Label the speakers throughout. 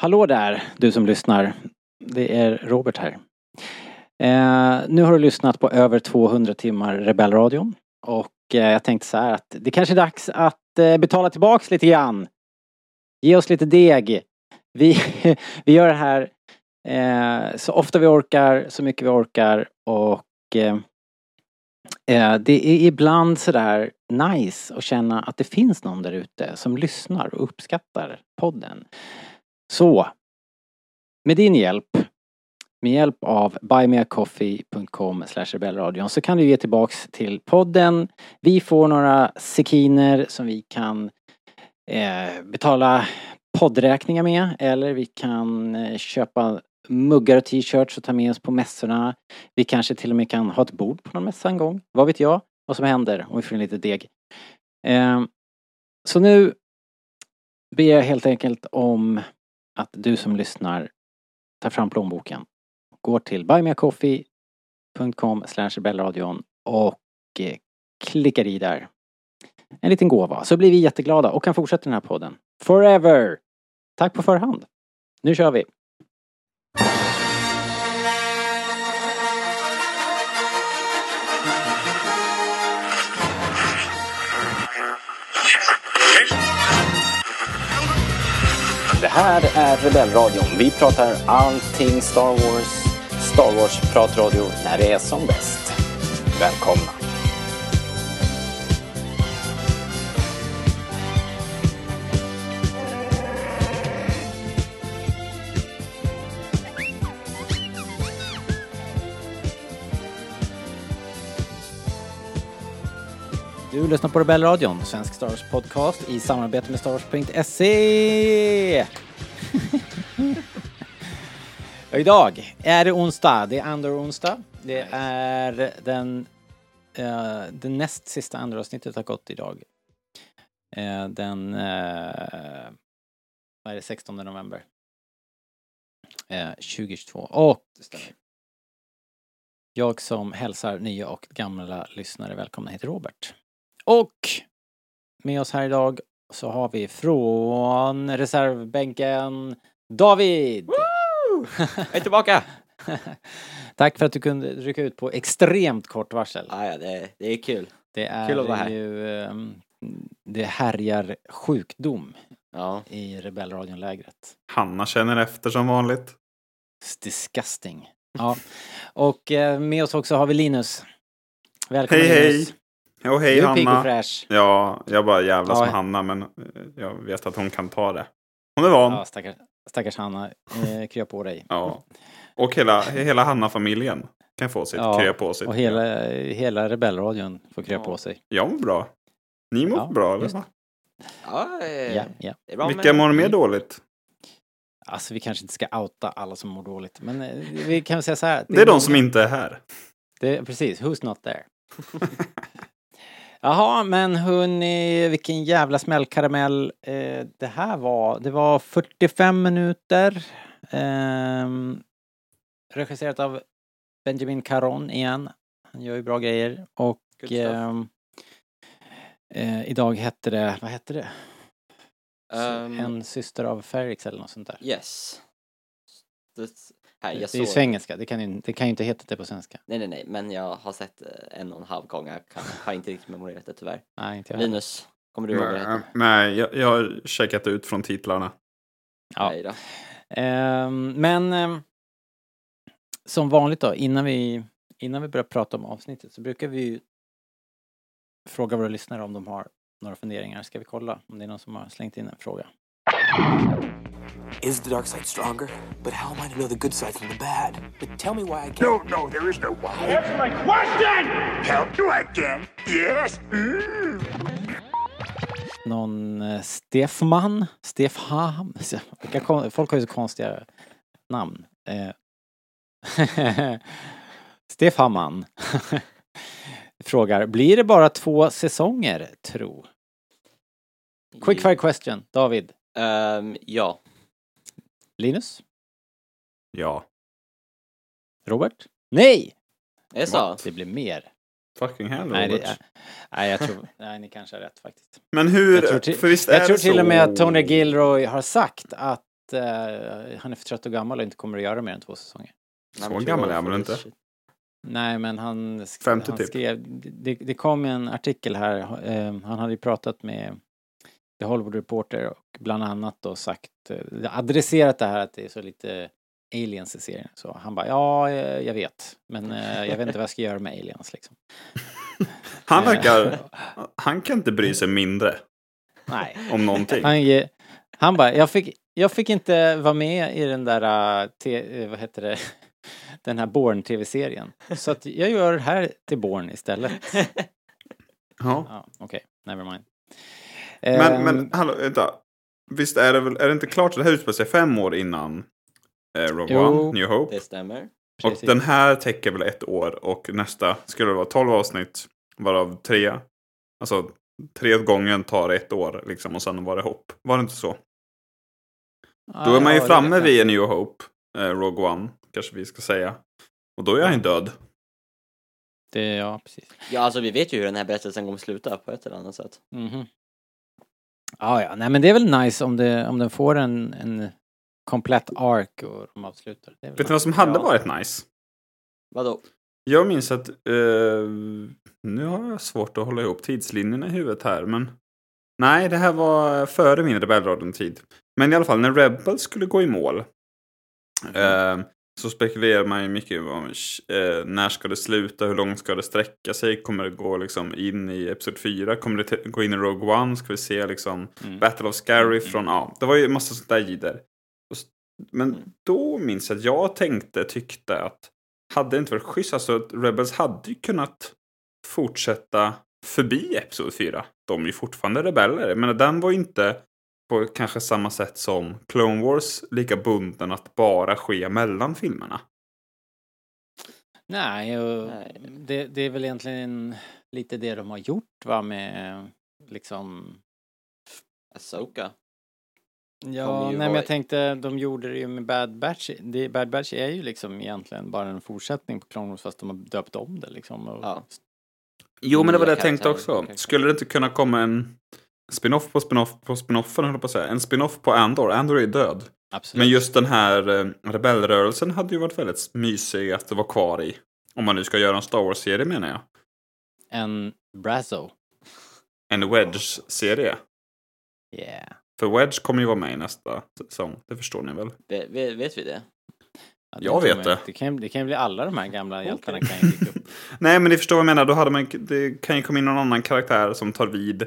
Speaker 1: Hallå där, du som lyssnar. Det är Robert här. Eh, nu har du lyssnat på över 200 timmar Rebellradion. Och eh, jag tänkte så här att det kanske är dags att eh, betala tillbaks lite grann. Ge oss lite deg. Vi, vi gör det här eh, så ofta vi orkar, så mycket vi orkar och eh, eh, det är ibland sådär nice att känna att det finns någon där ute som lyssnar och uppskattar podden. Så, med din hjälp, med hjälp av buymeacoffee.com rebellradion så kan du ge tillbaks till podden. Vi får några sekiner som vi kan eh, betala poddräkningar med eller vi kan eh, köpa muggar och t-shirts och ta med oss på mässorna. Vi kanske till och med kan ha ett bord på någon mässa en gång. Vad vet jag vad som händer om vi får in lite deg. Eh, så nu ber jag helt enkelt om att du som lyssnar tar fram plånboken, går till buymeacoffee.com bellradion och eh, klickar i där. En liten gåva, så blir vi jätteglada och kan fortsätta den här podden. Forever! Tack på förhand. Nu kör vi!
Speaker 2: Det här är Rebellradion. Vi pratar allting Star Wars. Star Wars-pratradio när det är som bäst. Välkomna!
Speaker 1: Du lyssnar på Rebellradion, svensk Star Wars podcast i samarbete med starwars.se. Och Idag är det onsdag, det är andra onsdag. Det är den, eh, det näst sista andra avsnittet har gått idag. Eh, den, eh, vad är det, 16 november? Eh, 2022. Och jag som hälsar nya och gamla lyssnare välkomna heter Robert. Och med oss här idag så har vi från reservbänken David!
Speaker 3: Jag är tillbaka!
Speaker 1: Tack för att du kunde rycka ut på extremt kort varsel.
Speaker 3: Ah, ja, det, det är kul.
Speaker 1: Det är
Speaker 3: Kul att vara här.
Speaker 1: ju... ehm, Det härjar sjukdom
Speaker 3: Ja.
Speaker 1: i Rebellradion-lägret.
Speaker 4: Hanna känner efter som vanligt.
Speaker 1: It's disgusting. Ja. Och eh, med oss också har vi Linus. Välkommen
Speaker 4: Hej, hej.
Speaker 1: Linus.
Speaker 4: Och hej
Speaker 1: Du är pigg och
Speaker 4: Hanna.
Speaker 1: fräsch.
Speaker 4: Ja, jag bara jävlas
Speaker 1: Ja.
Speaker 4: med Hanna, men eh, jag vet att hon kan ta det. Hon är
Speaker 3: Liksom.
Speaker 4: van.
Speaker 1: Ja,
Speaker 4: Ja.
Speaker 1: stackars, stackars Hanna. Eh, krya på dig.
Speaker 4: Och hela, hela Hanna-familjen kan få sitt,
Speaker 1: Ja,
Speaker 4: krya på sitt.
Speaker 1: Och hela, hela Rebellradion får krya
Speaker 3: Ja.
Speaker 1: på sig.
Speaker 4: Jag mår bra. Ni mår
Speaker 1: Ja,
Speaker 4: bra, eller?
Speaker 1: just
Speaker 4: va?
Speaker 3: Ja, eh,
Speaker 1: Ja, ja.
Speaker 3: Det är bra
Speaker 4: Vilka mår mer dåligt?
Speaker 1: Alltså vi kanske inte ska outa alla som mår dåligt. Men eh, vi kan väl säga så här.
Speaker 4: Det är de som inte är här.
Speaker 1: Det, precis, who's not there? Jaha, men hörni, vilken jävla smällkaramell eh, det här var. Det var 45 minuter. Ehm, regisserat av Benjamin Caron igen. Han gör ju bra grejer. Och
Speaker 3: Good stuff.
Speaker 1: ehm, eh, idag hette det, vad hette det?
Speaker 3: Ehm,
Speaker 1: en syster av Ferrix eller något sånt där.
Speaker 3: Yes. Det, här, jag
Speaker 1: det är ju
Speaker 3: såg...
Speaker 1: svengelska, det kan ju, det kan ju inte heta det på svenska.
Speaker 3: Nej, nej, nej, men jag har sett eh, en och en halv gång. Jag kan, har inte riktigt memorerat det tyvärr.
Speaker 1: Nej, inte jag heller.
Speaker 3: Linus, kommer du ihåg vad det heter?
Speaker 4: Nej, jag, jag har checkat ut från titlarna.
Speaker 1: Ja.
Speaker 3: Nej då.
Speaker 1: Ehm, men ehm, som vanligt då, innan vi, innan vi börjar prata om avsnittet så brukar vi ju fråga våra lyssnare om de har några funderingar. Ska vi kolla om det är någon som har slängt in en fråga?
Speaker 5: Is the dark side stronger? But how am I to know the good side from the bad? But tell me why I can't.
Speaker 6: No, no, there is no why. Answer my question! Help you again? Yes? Mm.
Speaker 1: Någon eh, Stefman? Stefham? Vilka kon- Folk har ju så konstiga namn. Eh, Stefhamman frågar, blir det bara två säsonger, tro? Quick
Speaker 3: Mm.
Speaker 1: fire question, David.
Speaker 3: Ehm, ja.
Speaker 1: Linus?
Speaker 4: Ja,
Speaker 1: Robert? Nej!
Speaker 3: Det är så.
Speaker 1: Det blir mer.
Speaker 4: fucking hell
Speaker 1: Nej,
Speaker 4: Robert.
Speaker 1: det, nej, jag tror... Nej, ni kanske har rätt faktiskt.
Speaker 4: Men hur,
Speaker 1: Jag tror till,
Speaker 4: för visst är
Speaker 1: jag tror
Speaker 4: det
Speaker 1: till
Speaker 4: så...
Speaker 1: och med att Tony Gilroy har sagt att inte, han är för trött och gammal och inte kommer att göra mer än två säsonger.
Speaker 4: Så gammal är han väl inte?
Speaker 1: Nej, men han, sk-
Speaker 4: 50
Speaker 1: han
Speaker 4: typ.
Speaker 1: skrev... Det, det kom en artikel här. eh, Han hade ju pratat med The Hollywood Reporter och bland annat då sagt, eh, adresserat det här att det är så lite aliens i serien. Så han bara, ja, eh, jag vet, men eh, jag vet inte vad jag ska göra med aliens liksom.
Speaker 4: Han verkar...
Speaker 1: Eh,
Speaker 4: Han kan inte bry sig mindre
Speaker 1: Nej.
Speaker 4: om någonting.
Speaker 1: Han, ge- han bara, jag fick, jag fick inte vara med i den där, äh, te, eh, vad heter det, den här Born-tv-serien. Så att jag gör det här till Born istället.
Speaker 4: Ja.
Speaker 1: Ja, Okej, never mind.
Speaker 4: Men,
Speaker 1: Ehm,
Speaker 4: men hallå, vänta. Visst är det väl... Är det inte klart? Det här utspelar sig fem år innan eh, Rogue
Speaker 1: Jo.
Speaker 4: One, New Hope.
Speaker 3: Det stämmer.
Speaker 4: Och
Speaker 1: precis.
Speaker 4: den här täcker väl ett år och nästa skulle det vara 12 avsnitt varav tre. Alltså tre gången tar ett år liksom och sen var det hopp. Var det inte så? Då är man ju
Speaker 1: Ja, det
Speaker 4: framme
Speaker 1: vet jag.
Speaker 4: vid A New Hope, eh, Rogue One kanske vi ska säga. Och då är han ju död.
Speaker 1: Det, ja, precis.
Speaker 3: Ja, alltså vi vet ju hur den här berättelsen kommer sluta på ett eller annat sätt.
Speaker 1: Mhm. Ja, ja, nej men det är väl nice om, det, om den får en, en komplett ark och de avslutar. Det är väl
Speaker 4: Vet ni
Speaker 1: nice.
Speaker 4: vad som hade
Speaker 3: Ja.
Speaker 4: varit nice?
Speaker 3: Vadå?
Speaker 4: Jag minns att... Eh, nu har jag svårt att hålla ihop tidslinjerna i huvudet här, men... Nej, det här var före min Rebellradion-tid. Men i alla fall, när Rebels skulle gå i mål eh, så spekulerar man ju mycket om eh, när ska det sluta, hur långt ska det sträcka sig, kommer det gå liksom in i Episod 4, kommer det t- gå in i Rogue One, ska vi se liksom Battle of Scarif från, ja, det var ju en massa sånt där jidder. Och s- Men då minns jag att jag tänkte, tyckte att hade det inte varit schysst, alltså att Rebels hade ju kunnat fortsätta förbi Episod 4. De är ju fortfarande rebeller, men den var ju inte på kanske samma sätt som Clone Wars lika bunden att bara ske mellan filmerna.
Speaker 1: Nej, och
Speaker 3: Nej.
Speaker 1: Det, det är väl egentligen lite det de har gjort va med liksom...
Speaker 3: Asoka?
Speaker 1: Ja,
Speaker 3: Kommer
Speaker 1: nej
Speaker 3: ju
Speaker 1: men
Speaker 3: vara-
Speaker 1: jag tänkte de gjorde det ju med Bad Batch. Det, Bad Batch är ju liksom egentligen bara en fortsättning på Clone Wars fast de har döpt om det liksom. Och,
Speaker 3: Ja.
Speaker 4: Jo, men det var det Mm. jag
Speaker 3: Nya
Speaker 4: tänkte
Speaker 3: karaktärer,
Speaker 4: också.
Speaker 3: kanske.
Speaker 4: Skulle det inte kunna komma en spin-off på spin-off på spin-offen, höll jag på att säga. En spin-off på Andor. Andor är död.
Speaker 1: Absolut.
Speaker 4: Men just den här eh, rebellrörelsen hade ju varit väldigt mysig att vara kvar i. Om man nu ska göra en Star Wars-serie menar jag.
Speaker 1: En Brazzo.
Speaker 4: En Wedge-serie.
Speaker 1: Yeah.
Speaker 4: För Wedge kommer ju vara med i nästa säsong. Det förstår ni väl?
Speaker 3: Ve- ve- vet vi det?
Speaker 1: Ja,
Speaker 4: Jag
Speaker 1: tror
Speaker 4: vet
Speaker 1: jag.
Speaker 4: det.
Speaker 1: Det kan, det kan ju bli alla de här gamla hjältarna kan ju dyka upp.
Speaker 4: Nej, men ni förstår vad jag menar. Då hade man, det kan ju komma in någon annan karaktär som tar vid.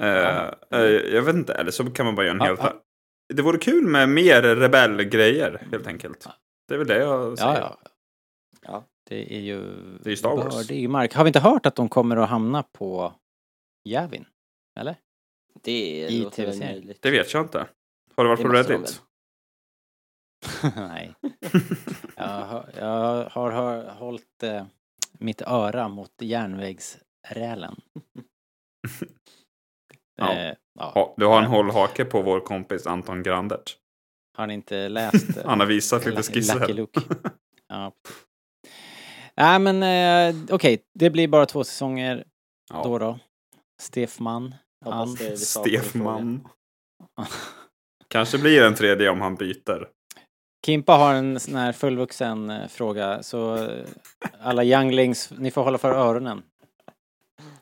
Speaker 4: Eh, eh, jag vet inte, eller så kan man bara göra en
Speaker 1: Ja,
Speaker 4: helt...
Speaker 1: ja.
Speaker 4: Det vore kul med mer rebellgrejer, helt enkelt. Det är väl det jag säger.
Speaker 1: Ja, ja.
Speaker 3: Ja.
Speaker 1: Det är ju...
Speaker 4: Det är ju Star Wars.
Speaker 1: bördig mark. Har vi inte hört att de kommer att hamna på Jävin? Eller?
Speaker 3: Det
Speaker 1: I
Speaker 3: låter väl
Speaker 1: TV-serien.
Speaker 3: möjligt.
Speaker 4: Det vet jag inte. Har du varit
Speaker 3: Det
Speaker 4: på
Speaker 3: måste de
Speaker 4: Reddit?
Speaker 1: Nej. jag har, jag har, har hållit eh, mitt öra mot järnvägsrälen.
Speaker 4: Ja.
Speaker 1: Eh, ja.
Speaker 4: Ja, du har en hållhake på vår kompis Anton Grandert.
Speaker 1: Har ni inte läst eh,
Speaker 4: Han har visat lite
Speaker 1: Lucky- Lucky
Speaker 4: skisser.
Speaker 1: Luke. ja. precis. Nej men eh, okej, det blir bara två säsonger då
Speaker 4: Ja.
Speaker 1: då. Stefman. Han.
Speaker 3: Hoppas det blir svar på din fråga.
Speaker 4: Stefman. Kanske blir en tredje om han byter.
Speaker 1: Kimpa har en sån här fullvuxen eh, fråga, så eh, alla younglings, ni får hålla för öronen.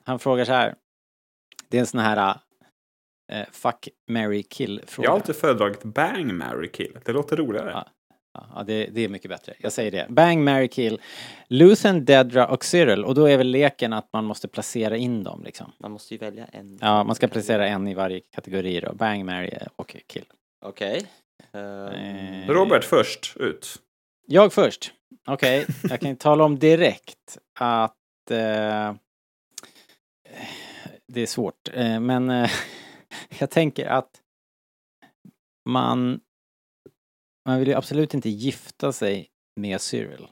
Speaker 1: Han frågar så här. Det är en sån här eh, fuck, marry, kill fråga.
Speaker 4: Jag har alltid föredragit Bang, Mary Kill. Det låter roligare.
Speaker 1: Ja. Ja, det, det är mycket bättre. Jag säger det. Bang, marry, kill. Lucen, Dedra och Cyril. Och då är väl leken att man måste placera in dem liksom.
Speaker 3: Man måste ju välja en.
Speaker 1: Ja, man ska placera en i varje kategori då. Bang, marry eh, och kill.
Speaker 3: Okej. Ehm,
Speaker 1: Eh,
Speaker 4: Robert först ut.
Speaker 1: Jag först. Okej, jag kan ju tala om direkt att eh, det är svårt. Eh, men eh, jag tänker att man, man vill ju absolut inte gifta sig med Cyril.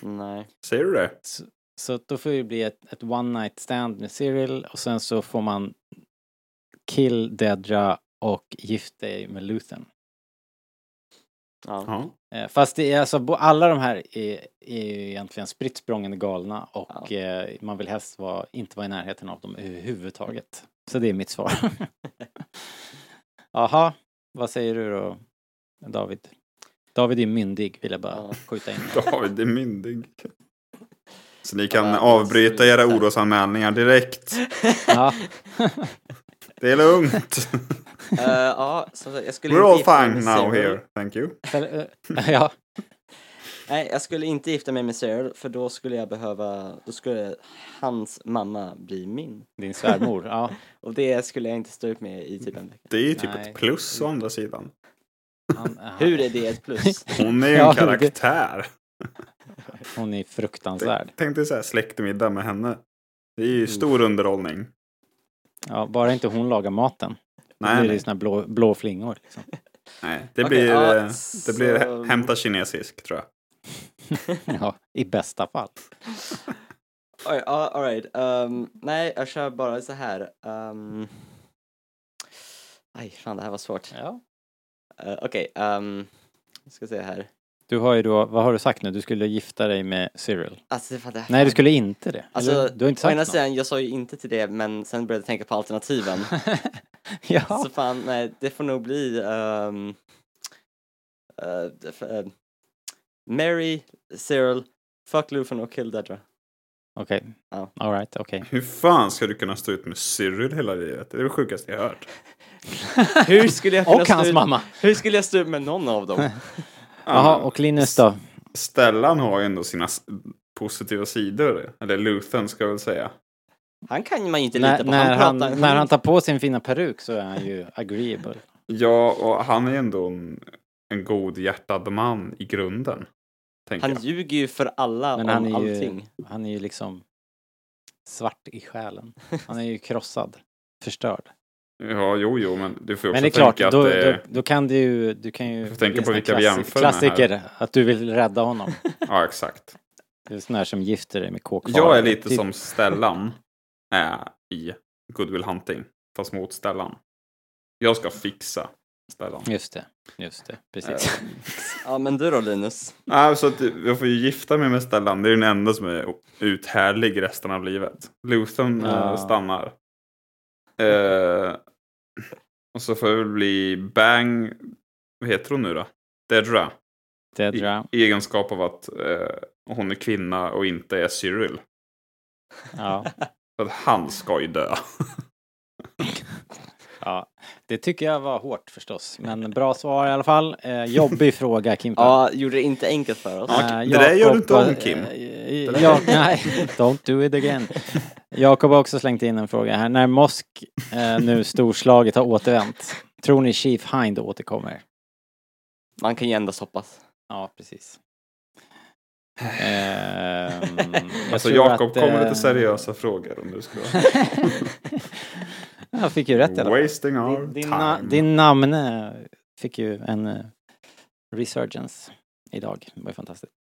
Speaker 3: Nej.
Speaker 4: Säger du det?
Speaker 1: Så, så att då får det bli ett, ett one night stand med Cyril och sen så får man kill Dedra och gift dig med Luthen.
Speaker 3: Ja.
Speaker 4: Ja.
Speaker 1: Eh, Fast det är alltså, bo- alla de här är, är ju egentligen spritt språngande galna och
Speaker 3: Ja.
Speaker 1: eh, man vill helst vara, inte vara i närheten av dem överhuvudtaget. Så det är mitt svar. Jaha, vad säger du då? David. David är myndig, vill jag bara
Speaker 3: Ja.
Speaker 1: skjuta in.
Speaker 4: David är myndig. Så ni kan
Speaker 3: Ja,
Speaker 4: avbryta
Speaker 3: absolut.
Speaker 4: era orosanmälningar direkt.
Speaker 1: Ja,
Speaker 4: Det är lugnt.
Speaker 3: Eh, ja, som sagt, jag skulle
Speaker 4: We're
Speaker 3: inte
Speaker 4: all
Speaker 3: gifta mig
Speaker 4: fine
Speaker 3: med
Speaker 4: now
Speaker 3: Cyril.
Speaker 4: here. Thank you.
Speaker 1: eller, eh, ja,
Speaker 3: Nej, jag skulle inte gifta mig med Cyril för då skulle jag behöva, då skulle hans mamma bli min.
Speaker 1: din svärmor. Ja.
Speaker 3: Och det skulle jag inte stå ut med i typ en vecka.
Speaker 4: Det är ju typ
Speaker 1: Nej.
Speaker 4: ett plus å andra sidan.
Speaker 1: Han, han,
Speaker 3: Hur är det ett plus?
Speaker 4: Hon är ju
Speaker 1: Ja,
Speaker 4: en
Speaker 1: det-
Speaker 4: karaktär.
Speaker 1: Hon är fruktansvärd.
Speaker 4: Tänk dig så här släktmiddag med henne. Det är ju stor underhållning.
Speaker 1: Ja, bara inte hon lagar maten. Nej,
Speaker 4: Nej,
Speaker 1: blir det
Speaker 4: nej,
Speaker 1: såna här blå, blå flingor. Liksom.
Speaker 4: nej. Det
Speaker 3: Okej,
Speaker 4: blir,
Speaker 3: ja,
Speaker 4: eh, det
Speaker 3: så-
Speaker 4: blir hämta kinesisk tror jag.
Speaker 1: Ja, I bästa fall.
Speaker 3: Alright, alright. Um, nej, jag kör bara så här. Um... Aj, fan det här var svårt.
Speaker 1: Ja.
Speaker 3: Eh, Okej, ehm, jag ska se här.
Speaker 1: Du har ju då, vad har du sagt nu? Du skulle gifta dig med Cyril.
Speaker 3: Alltså, det fan, det
Speaker 1: Nej, du skulle inte det.
Speaker 3: Alltså,
Speaker 1: Eller? du har inte
Speaker 3: Å
Speaker 1: sagt
Speaker 3: ena
Speaker 1: något.
Speaker 3: sidan, jag sa ju inte till det, men sen började jag tänka på alternativen.
Speaker 1: ja.
Speaker 3: Så fan, nej, det får nog bli... ehm, eh, det får- eh, Mary, Cyril, fuck Luthen och kill Dedra.
Speaker 1: Okej.
Speaker 3: Ja.
Speaker 1: All right, okej.
Speaker 4: Hur fan ska du kunna stå ut med Cyril hela livet? Det är det sjukaste jag har hört.
Speaker 3: Hur skulle jag kunna
Speaker 1: Och
Speaker 3: stå
Speaker 1: hans
Speaker 3: ut-
Speaker 1: mamma.
Speaker 3: Hur skulle jag stå ut med någon av dem?
Speaker 1: Jaha,
Speaker 4: men
Speaker 1: och Linus då?
Speaker 4: Stellan har ju ändå sina s- positiva sidor. Eller Luthen ska jag väl säga.
Speaker 3: Han kan man ju inte lita
Speaker 1: När,
Speaker 3: på.
Speaker 1: när, han,
Speaker 3: pratar,
Speaker 1: när han tar på sin fina peruk så är han ju agreeable.
Speaker 4: Ja, och han är ändå en, en godhjärtad man i grunden. Tänker
Speaker 3: han
Speaker 4: jag.
Speaker 3: ljuger ju för alla
Speaker 1: Men
Speaker 3: om
Speaker 1: han är ju-
Speaker 3: allting.
Speaker 1: Han är ju liksom svart i själen. Han är ju krossad. Förstörd.
Speaker 4: Ja, jo, jo, men du får ju också
Speaker 1: Men det är klart,
Speaker 4: tänka
Speaker 1: då,
Speaker 4: att
Speaker 1: då,
Speaker 4: det är...
Speaker 1: då kan du ju... Du kan ju
Speaker 4: får tänka
Speaker 1: bli en
Speaker 4: på
Speaker 1: sån här
Speaker 4: vilka vi
Speaker 1: klassi-
Speaker 4: jämför med här.
Speaker 1: Klassiker, att du vill rädda honom.
Speaker 4: Ja, exakt.
Speaker 1: Du är sån här som gifter dig med kåkfarare.
Speaker 4: Jag är lite
Speaker 1: Typ-
Speaker 4: som Stellan är i Good Will Hunting, fast mot Stellan. Jag ska fixa Stellan.
Speaker 1: Just det, just det, precis.
Speaker 4: Eh,
Speaker 3: Ja, men du då Linus?
Speaker 4: Nej, så att jag får ju gifta mig med Stellan. Det är ju den enda som är uthärdlig resten av livet. Luthen eh,
Speaker 1: Ja.
Speaker 4: stannar. Eh, och så får jag väl bli Bang... Vad heter hon nu då? Dedra. I,
Speaker 1: Dedra,
Speaker 4: I egenskap av att eh, hon är kvinna och inte är Cyril.
Speaker 1: ja.
Speaker 4: För att han ska ju dö.
Speaker 1: ja. Det tycker jag var hårt förstås, men bra svar i alla fall. Eh, jobbig fråga, Kimpa.
Speaker 3: Ja, gjorde det inte enkelt för oss.
Speaker 4: Ja,
Speaker 1: Eh,
Speaker 4: det där gör du inte
Speaker 1: Jakob,
Speaker 4: om, Kim.
Speaker 1: eh, eh,
Speaker 4: där-
Speaker 1: Ja, nej, don't do it again. Jakob har också slängt in en fråga här. När Mosk eh, nu storslaget har återvänt, tror ni Chief Hind återkommer?
Speaker 3: Man kan ju endast hoppas.
Speaker 1: Ja, precis. Ehm, jag
Speaker 4: alltså
Speaker 1: tror
Speaker 4: Jakob
Speaker 1: att,
Speaker 4: kommer
Speaker 1: eh,
Speaker 4: lite seriösa frågor om du ska...
Speaker 1: Han fick ju rätt i alla fall.
Speaker 4: Wasting our
Speaker 1: Din, din, na,
Speaker 4: time.
Speaker 1: din namne fick ju en eh, resurgence idag. Det var ju fantastiskt.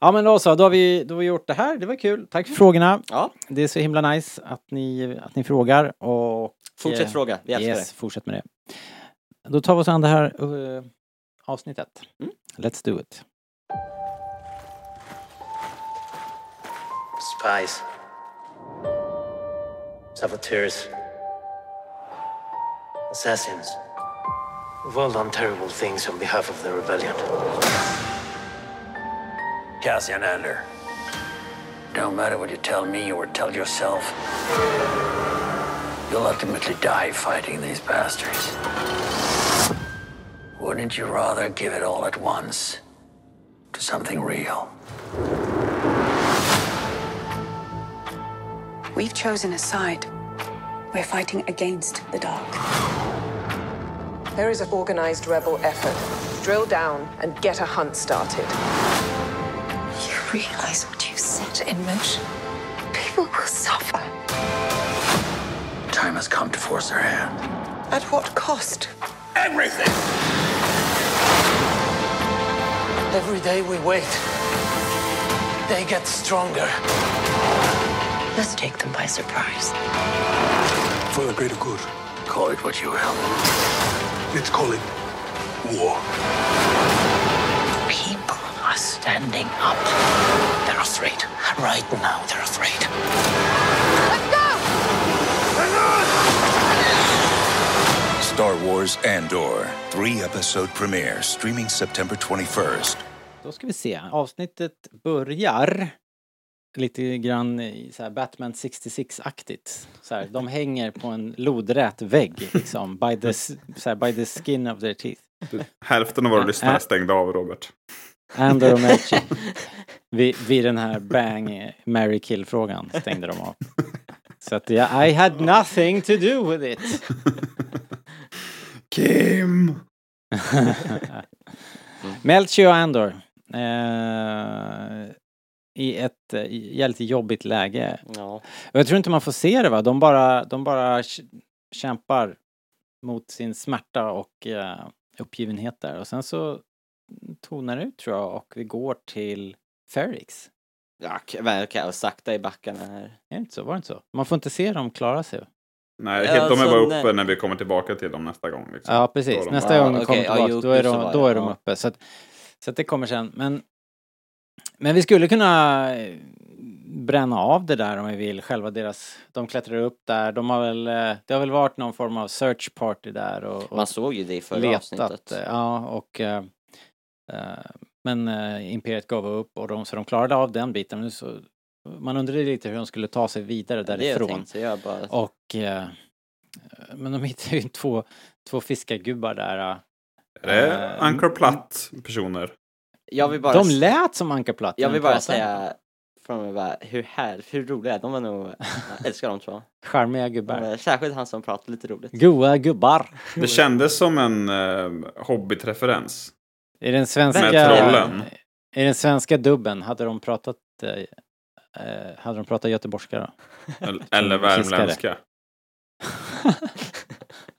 Speaker 1: Ja men då så, då har vi, då har vi gjort det här. Det var kul. Tack för frågorna.
Speaker 3: Ja.
Speaker 1: Det är så himla nice att ni, att ni frågar och
Speaker 3: Fortsätt
Speaker 1: Yeah.
Speaker 3: fråga, vi älskar
Speaker 1: yes, fortsätt med det. Då tar vi oss an det här eh, avsnittet.
Speaker 3: Mm.
Speaker 1: Let's do it.
Speaker 7: spies, saboteurs, assassins. We've all done terrible things on behalf of the rebellion.
Speaker 8: Cassian Andor. Don't matter what you tell me or tell yourself. You'll ultimately die fighting these bastards. Wouldn't you rather give it all at once to something real?
Speaker 9: We've chosen a side. We're fighting against the dark.
Speaker 10: There is an organized rebel effort. Drill down and get a hunt started.
Speaker 9: You realize what you set in motion? People will suffer.
Speaker 8: Time has come to force their hand.
Speaker 10: At what cost?
Speaker 8: Everything!
Speaker 7: Every day we wait, they get stronger.
Speaker 9: Let's take them by surprise.
Speaker 5: For the greater good,
Speaker 8: Call it what you will.
Speaker 5: let's call it war.
Speaker 7: People are standing up. They're afraid. Right now, they're afraid. Let's go!
Speaker 11: Star Wars Andor. Three episode premiere streaming September 21st.
Speaker 1: Då ska vi se. Avsnittet börjar lite grann i så här Batman 66-aktigt. Så här, de hänger på en lodrät vägg liksom, by the, s- så här, by the skin of their teeth.
Speaker 4: Hälften av våra lyssnare
Speaker 1: Ä-
Speaker 4: stängde av, Robert.
Speaker 1: Andor och Melchi. Vid, vid den här bang, eh, marry, kill-frågan stängde de av. Så att jag, I had nothing to do with it.
Speaker 4: Kim!
Speaker 1: Melchi och Andor. Eh, I ett eh, jävligt jobbigt läge.
Speaker 3: Ja.
Speaker 1: Och jag tror inte man får se det va, de bara, de bara k- kämpar mot sin smärta och eh, uppgivenhet där. Och sen så tonar det ut tror jag och vi går till Ferrix.
Speaker 3: Ja, k- verkar och sakta i backarna här.
Speaker 1: Är det inte så? Var det inte så? Man får inte se dem klara sig.
Speaker 4: Nej,
Speaker 3: Ja,
Speaker 4: de är
Speaker 3: alltså,
Speaker 4: bara uppe
Speaker 3: nej.
Speaker 4: när vi kommer tillbaka till dem nästa gång. Liksom.
Speaker 1: Ja,
Speaker 4: Då är
Speaker 1: precis.
Speaker 4: de
Speaker 1: Nästa
Speaker 4: bara-
Speaker 1: gång de
Speaker 3: okej,
Speaker 1: kommer
Speaker 3: ja,
Speaker 1: tillbaka,
Speaker 3: jo,
Speaker 1: då är
Speaker 3: så
Speaker 1: de,
Speaker 3: var
Speaker 1: då
Speaker 3: det,
Speaker 1: är de
Speaker 3: ja.
Speaker 1: uppe. Så att, så att det kommer sen. Men, men vi skulle kunna eh, bränna av det där om vi vill, själva deras... De klättrar upp där, de har väl... eh, Det har väl varit någon form av search party där och... och
Speaker 3: Man såg ju det i förra avsnittet.
Speaker 1: eh, Ja, och... eh, eh, Men eh, Imperiet gav upp och de, så de klarade av den biten. Men Så, man undrade lite hur de skulle ta sig vidare
Speaker 3: Det jag
Speaker 1: därifrån.
Speaker 3: tänkte, jag bara...
Speaker 1: Och... eh, Men de hittar ju två, två fiskargubbar där. eh.
Speaker 4: Är det
Speaker 1: Eh,
Speaker 4: Anchor Platt-personer?
Speaker 3: Jag vill bara...
Speaker 1: De lät som Ankarplatt. när
Speaker 3: Jag
Speaker 1: de
Speaker 3: vill bara
Speaker 1: pratade.
Speaker 3: säga från mig bara, hur här, hur roliga är de? De är nog, jag älskar dem tror jag.
Speaker 1: Charmiga
Speaker 3: De
Speaker 1: gubbar.
Speaker 3: är, särskilt han som pratar lite roligt.
Speaker 1: Goa gubbar.
Speaker 4: Det kändes som en uh, hobbit-referens.
Speaker 1: I den svenska...
Speaker 4: Med trollen.
Speaker 1: I den svenska dubben, hade de pratat... Eh, eh, hade de pratat göteborgska då?
Speaker 4: Eller- Eller
Speaker 1: Fiskare.
Speaker 4: värmländska.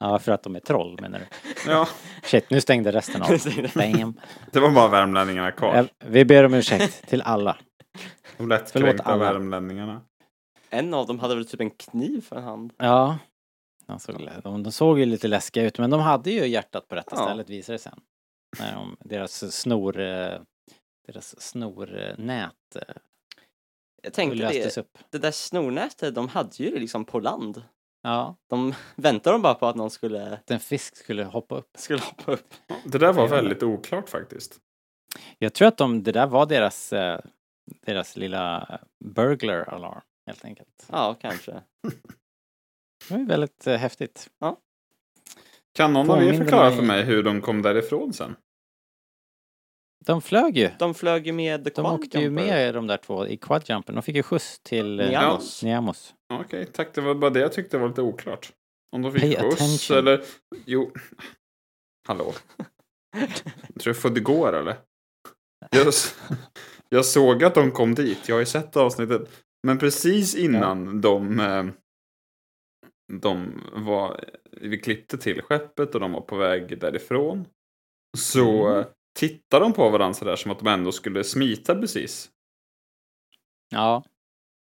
Speaker 1: Ja, för att de är troll menar du?
Speaker 4: Ja,
Speaker 1: Shit, nu stängde resten av. Bam.
Speaker 4: det var bara värmlänningarna
Speaker 1: Eh,
Speaker 4: kvar.
Speaker 1: Vi ber om ursäkt till alla.
Speaker 4: De
Speaker 1: förlåt
Speaker 4: lättkränkta
Speaker 1: alla.
Speaker 4: värmlänningarna.
Speaker 3: En av dem hade väl typ en kniv för en hand.
Speaker 1: Ja. De såg, de, de såg ju lite läskiga ut, men de hade ju hjärtat på rätta
Speaker 3: Ja.
Speaker 1: stället visade det sen. När de, deras snor... eh, Deras snornät eh,
Speaker 3: Jag tänkte
Speaker 1: löstes
Speaker 3: det,
Speaker 1: upp.
Speaker 3: det där snornätet, de hade ju det liksom på land.
Speaker 1: Ja,
Speaker 3: De väntade de bara på att någon skulle,
Speaker 1: att en fisk skulle hoppa upp.
Speaker 3: skulle hoppa upp.
Speaker 4: Det där var väldigt oklart faktiskt.
Speaker 1: Jag tror att de, det där var deras, eh, deras lilla burglar alarm helt enkelt.
Speaker 3: Ja, kanske.
Speaker 1: Det var ju väldigt eh, häftigt.
Speaker 4: Kan någon av er
Speaker 1: Påminner
Speaker 4: förklara
Speaker 1: mig-
Speaker 4: för mig hur de kom därifrån sen?
Speaker 1: De flög ju.
Speaker 3: De flög ju med The
Speaker 1: De
Speaker 3: Quad
Speaker 1: åkte ju
Speaker 3: Jumper.
Speaker 1: med de där två i quadjumpen. De fick ju skjuts till eh,
Speaker 3: Niamos.
Speaker 1: Niamos.
Speaker 4: Okej, tack. Det var bara det jag tyckte var lite oklart. Om de
Speaker 1: Pay
Speaker 4: fick skjuts
Speaker 1: attention.
Speaker 4: eller... Jo. Hallå. Jag tror jag födde går eller? Jag, s- jag såg att de kom dit. Jag har ju sett avsnittet. Men precis innan de... eh, De var... Vi klippte till skeppet och de var på väg därifrån. Så mm. tittade de på varandra sådär som att de ändå skulle smita precis.
Speaker 1: Ja.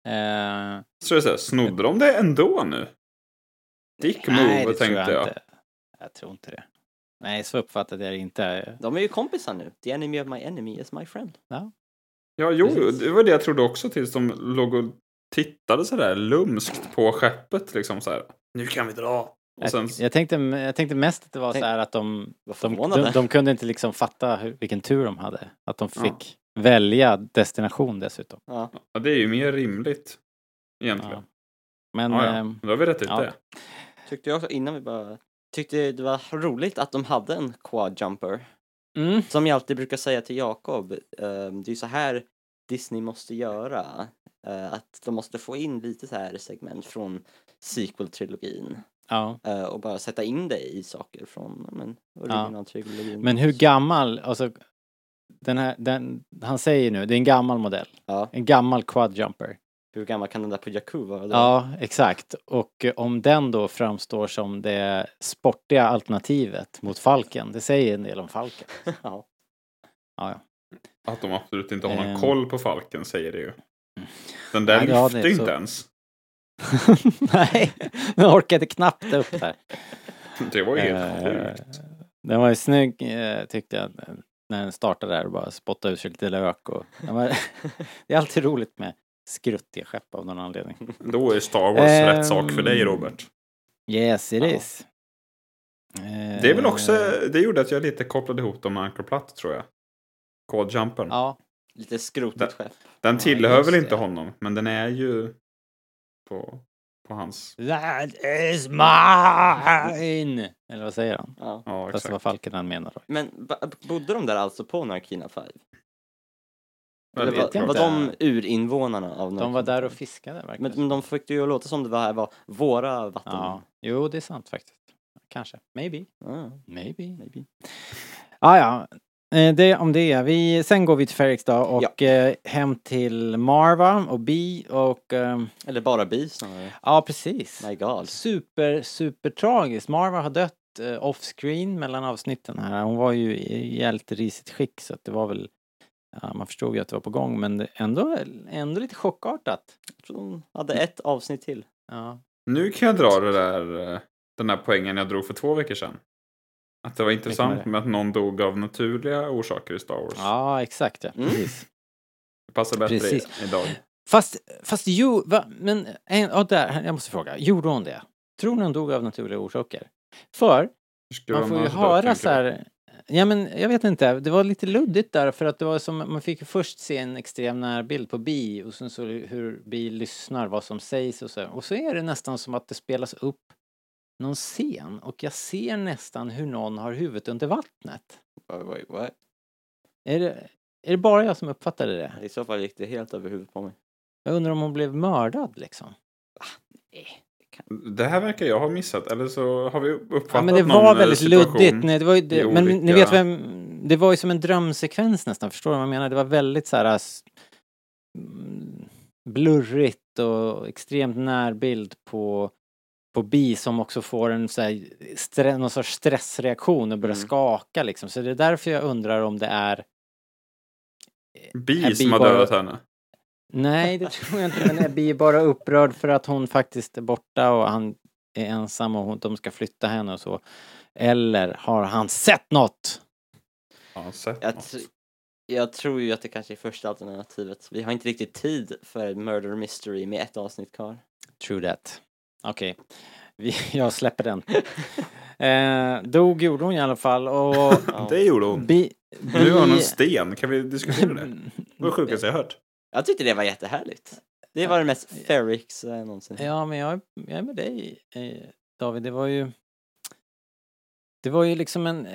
Speaker 1: Eh,
Speaker 4: Så det är såhär, snodde de det ändå nu? Dick move
Speaker 1: det tror
Speaker 4: tänkte jag.
Speaker 1: Inte. Jag tror inte det. Nej, så uppfattade jag det inte.
Speaker 3: De är ju kompisar nu. The enemy of my enemy is my friend.
Speaker 4: Ja, jo,
Speaker 1: Precis.
Speaker 4: det var det jag trodde också tills de låg och tittade sådär lumskt på skeppet liksom såhär. Nu kan vi dra. Och sen,
Speaker 1: Jag, jag, tänkte, jag tänkte mest att det var
Speaker 3: Tänk-
Speaker 1: så här att de,
Speaker 3: Vad
Speaker 1: de,
Speaker 3: förvånande.
Speaker 1: de, de kunde inte liksom fatta hur, vilken tur de hade. Att de fick välja destination dessutom.
Speaker 3: Ja.
Speaker 4: ja, det är ju mer rimligt. Egentligen.
Speaker 1: Ja. Men
Speaker 4: Ja, ja.
Speaker 1: ehm,
Speaker 4: Då har vi rätt ut
Speaker 1: ja.
Speaker 4: det.
Speaker 3: Tyckte jag också innan vi bara... Tyckte det var roligt att de hade en Quad Jumper.
Speaker 1: Mm.
Speaker 3: Som jag alltid brukar säga till Jakob, ehm, det är så här Disney måste göra. Eh, att de måste få in lite så här segment från sequel-trilogin.
Speaker 1: Ja.
Speaker 3: eh, och bara sätta in det i saker från ja, men, originaltrilogin.
Speaker 1: Men hur gammal, alltså, den här, den, han säger nu, det är en gammal modell.
Speaker 3: Ja.
Speaker 1: En gammal quadjumper.
Speaker 3: hur gammal kan den där på Jakku vara då?
Speaker 1: Ja, exakt. Och eh, om den då framstår som det sportiga alternativet mot Falken, det säger en del om Falken.
Speaker 3: ja.
Speaker 1: Ja, ja.
Speaker 4: Att de absolut inte har någon
Speaker 1: Ehm.
Speaker 4: koll på falken säger det ju. Den där
Speaker 1: Nej, det- ja, det
Speaker 4: lyfte
Speaker 1: är
Speaker 4: inte
Speaker 1: så.
Speaker 4: ens.
Speaker 1: Nej, den orkade knappt upp där.
Speaker 4: Det var ju helt
Speaker 1: Eh,
Speaker 4: sjukt.
Speaker 1: Den var ju snygg eh, tyckte jag när den startade där och bara spottade ur sig lite lök och... den var- Det är alltid roligt med skruttiga skepp av någon anledning.
Speaker 4: Då är Star Wars
Speaker 1: Ehm.
Speaker 4: rätt sak för dig Robert.
Speaker 1: Yes it Eh,
Speaker 3: Ja.
Speaker 1: is.
Speaker 4: Det är väl också, det gjorde att jag lite kopplade ihop dem med Ankerplatt tror jag. Kodjumpern.
Speaker 3: Ja, lite skrotigt skepp.
Speaker 4: Den
Speaker 3: Ja,
Speaker 4: tillhör
Speaker 3: just
Speaker 4: väl inte
Speaker 3: det.
Speaker 4: honom, men den är ju på, på hans.
Speaker 1: That is mine! Eller vad säger han?
Speaker 3: Ja.
Speaker 4: Ja,
Speaker 1: Fast det var
Speaker 4: exakt.
Speaker 1: Falken han menade.
Speaker 3: Men ba- bodde de där alltså på Narkina 5?
Speaker 4: Jag
Speaker 3: Eller
Speaker 4: vet
Speaker 3: var,
Speaker 1: inte.
Speaker 3: var de urinvånarna av
Speaker 1: De
Speaker 3: Narkina
Speaker 1: var där
Speaker 3: Five?
Speaker 1: och fiskade verkar
Speaker 3: men,
Speaker 1: det som.
Speaker 3: men de fick det ju att låta som det var här var våra vatten.
Speaker 1: Ja, jo det är sant faktiskt. Kanske. Maybe.
Speaker 3: Ah,
Speaker 1: Maybe.
Speaker 3: maybe.
Speaker 1: Ah, ja, Eh, det om det. Vi, sen går vi till Ferrix då och eh, hem till Marva och Bee och... ehm,
Speaker 3: Eller bara bi snarare.
Speaker 1: ja, precis.
Speaker 3: My god.
Speaker 1: Super, super tragiskt. Marva har dött eh, offscreen mellan avsnitten här. Hon var ju i helt risigt skick så att det var väl... Ja, man förstod ju att det var på gång men det- ändå, ändå lite chockartat.
Speaker 3: Jag tror de hade ett avsnitt till.
Speaker 1: Ja.
Speaker 4: Nu kan jag dra det där, eh, den där poängen jag drog för två veckor sedan. Att det var intressant
Speaker 1: det?
Speaker 4: med att någon dog av naturliga orsaker i Star Wars.
Speaker 1: ja, exakt ja.
Speaker 3: Mm.
Speaker 1: Precis.
Speaker 4: Det passar bättre
Speaker 1: Precis.
Speaker 4: i, idag.
Speaker 1: Fast, fast ju, va, men, en, ja, där, jag måste fråga, gjorde hon det? Tror ni hon dog av naturliga orsaker? För
Speaker 4: Hur skulle
Speaker 1: man får ju
Speaker 4: annars dö, tänker
Speaker 1: höra så här, ja men jag vet inte, det var lite luddigt där för att det var som, man fick ju först se en extrem närbild på Bi och sen så hur Bi lyssnar, vad som sägs och så. Och så är det nästan som att det spelas upp någon scen och jag ser nästan hur någon har huvudet under vattnet.
Speaker 3: Wait, wait, what?
Speaker 1: Är det, är det bara jag som uppfattade det?
Speaker 3: I så fall gick det helt över huvudet på mig.
Speaker 1: Jag undrar om hon blev mördad liksom.
Speaker 4: du? Det här verkar jag ha missat, eller så har vi uppfattat
Speaker 1: Ja men det
Speaker 4: någon
Speaker 1: var
Speaker 4: eh,
Speaker 1: väldigt
Speaker 4: situation.
Speaker 1: luddigt. Nej, det var ju,
Speaker 4: i
Speaker 1: det, men
Speaker 4: olika-
Speaker 1: ni vet vem, det var ju som en drömsekvens nästan, förstår du vad jag menar? Det var väldigt så här ass- mm, blurrigt och extremt närbild på, på Bi som också får en så här, stre, någon sorts stressreaktion och börjar
Speaker 3: Mm.
Speaker 1: skaka liksom. Så det är därför jag undrar om det är,
Speaker 4: Bi
Speaker 1: Är
Speaker 4: som har
Speaker 1: Bi bara-
Speaker 4: dödat henne.
Speaker 1: nej det tror jag inte, men är Bi bara upprörd för att hon faktiskt är borta och han är ensam och hon, de ska flytta henne och så. Eller har han sett något?
Speaker 4: Ja, sett
Speaker 3: Jag,
Speaker 4: något.
Speaker 3: tr- jag tror ju att det kanske är första alternativet. Vi har inte riktigt tid för murder mystery med ett avsnitt kvar.
Speaker 1: True that. Okej, Vi- jag släpper den. eh, dog gjorde hon i alla fall och...
Speaker 3: Ja.
Speaker 4: Det gjorde hon.
Speaker 1: Bi,
Speaker 4: Nu har hon en
Speaker 1: bi-
Speaker 4: sten, kan vi diskutera det? Det var det sjukaste jag hört.
Speaker 3: Jag tyckte det var jättehärligt. Det var det mest ferrix eh, någonsin.
Speaker 1: Ja, men jag, är- jag är med dig eh, David. Det var ju... Det var ju liksom en...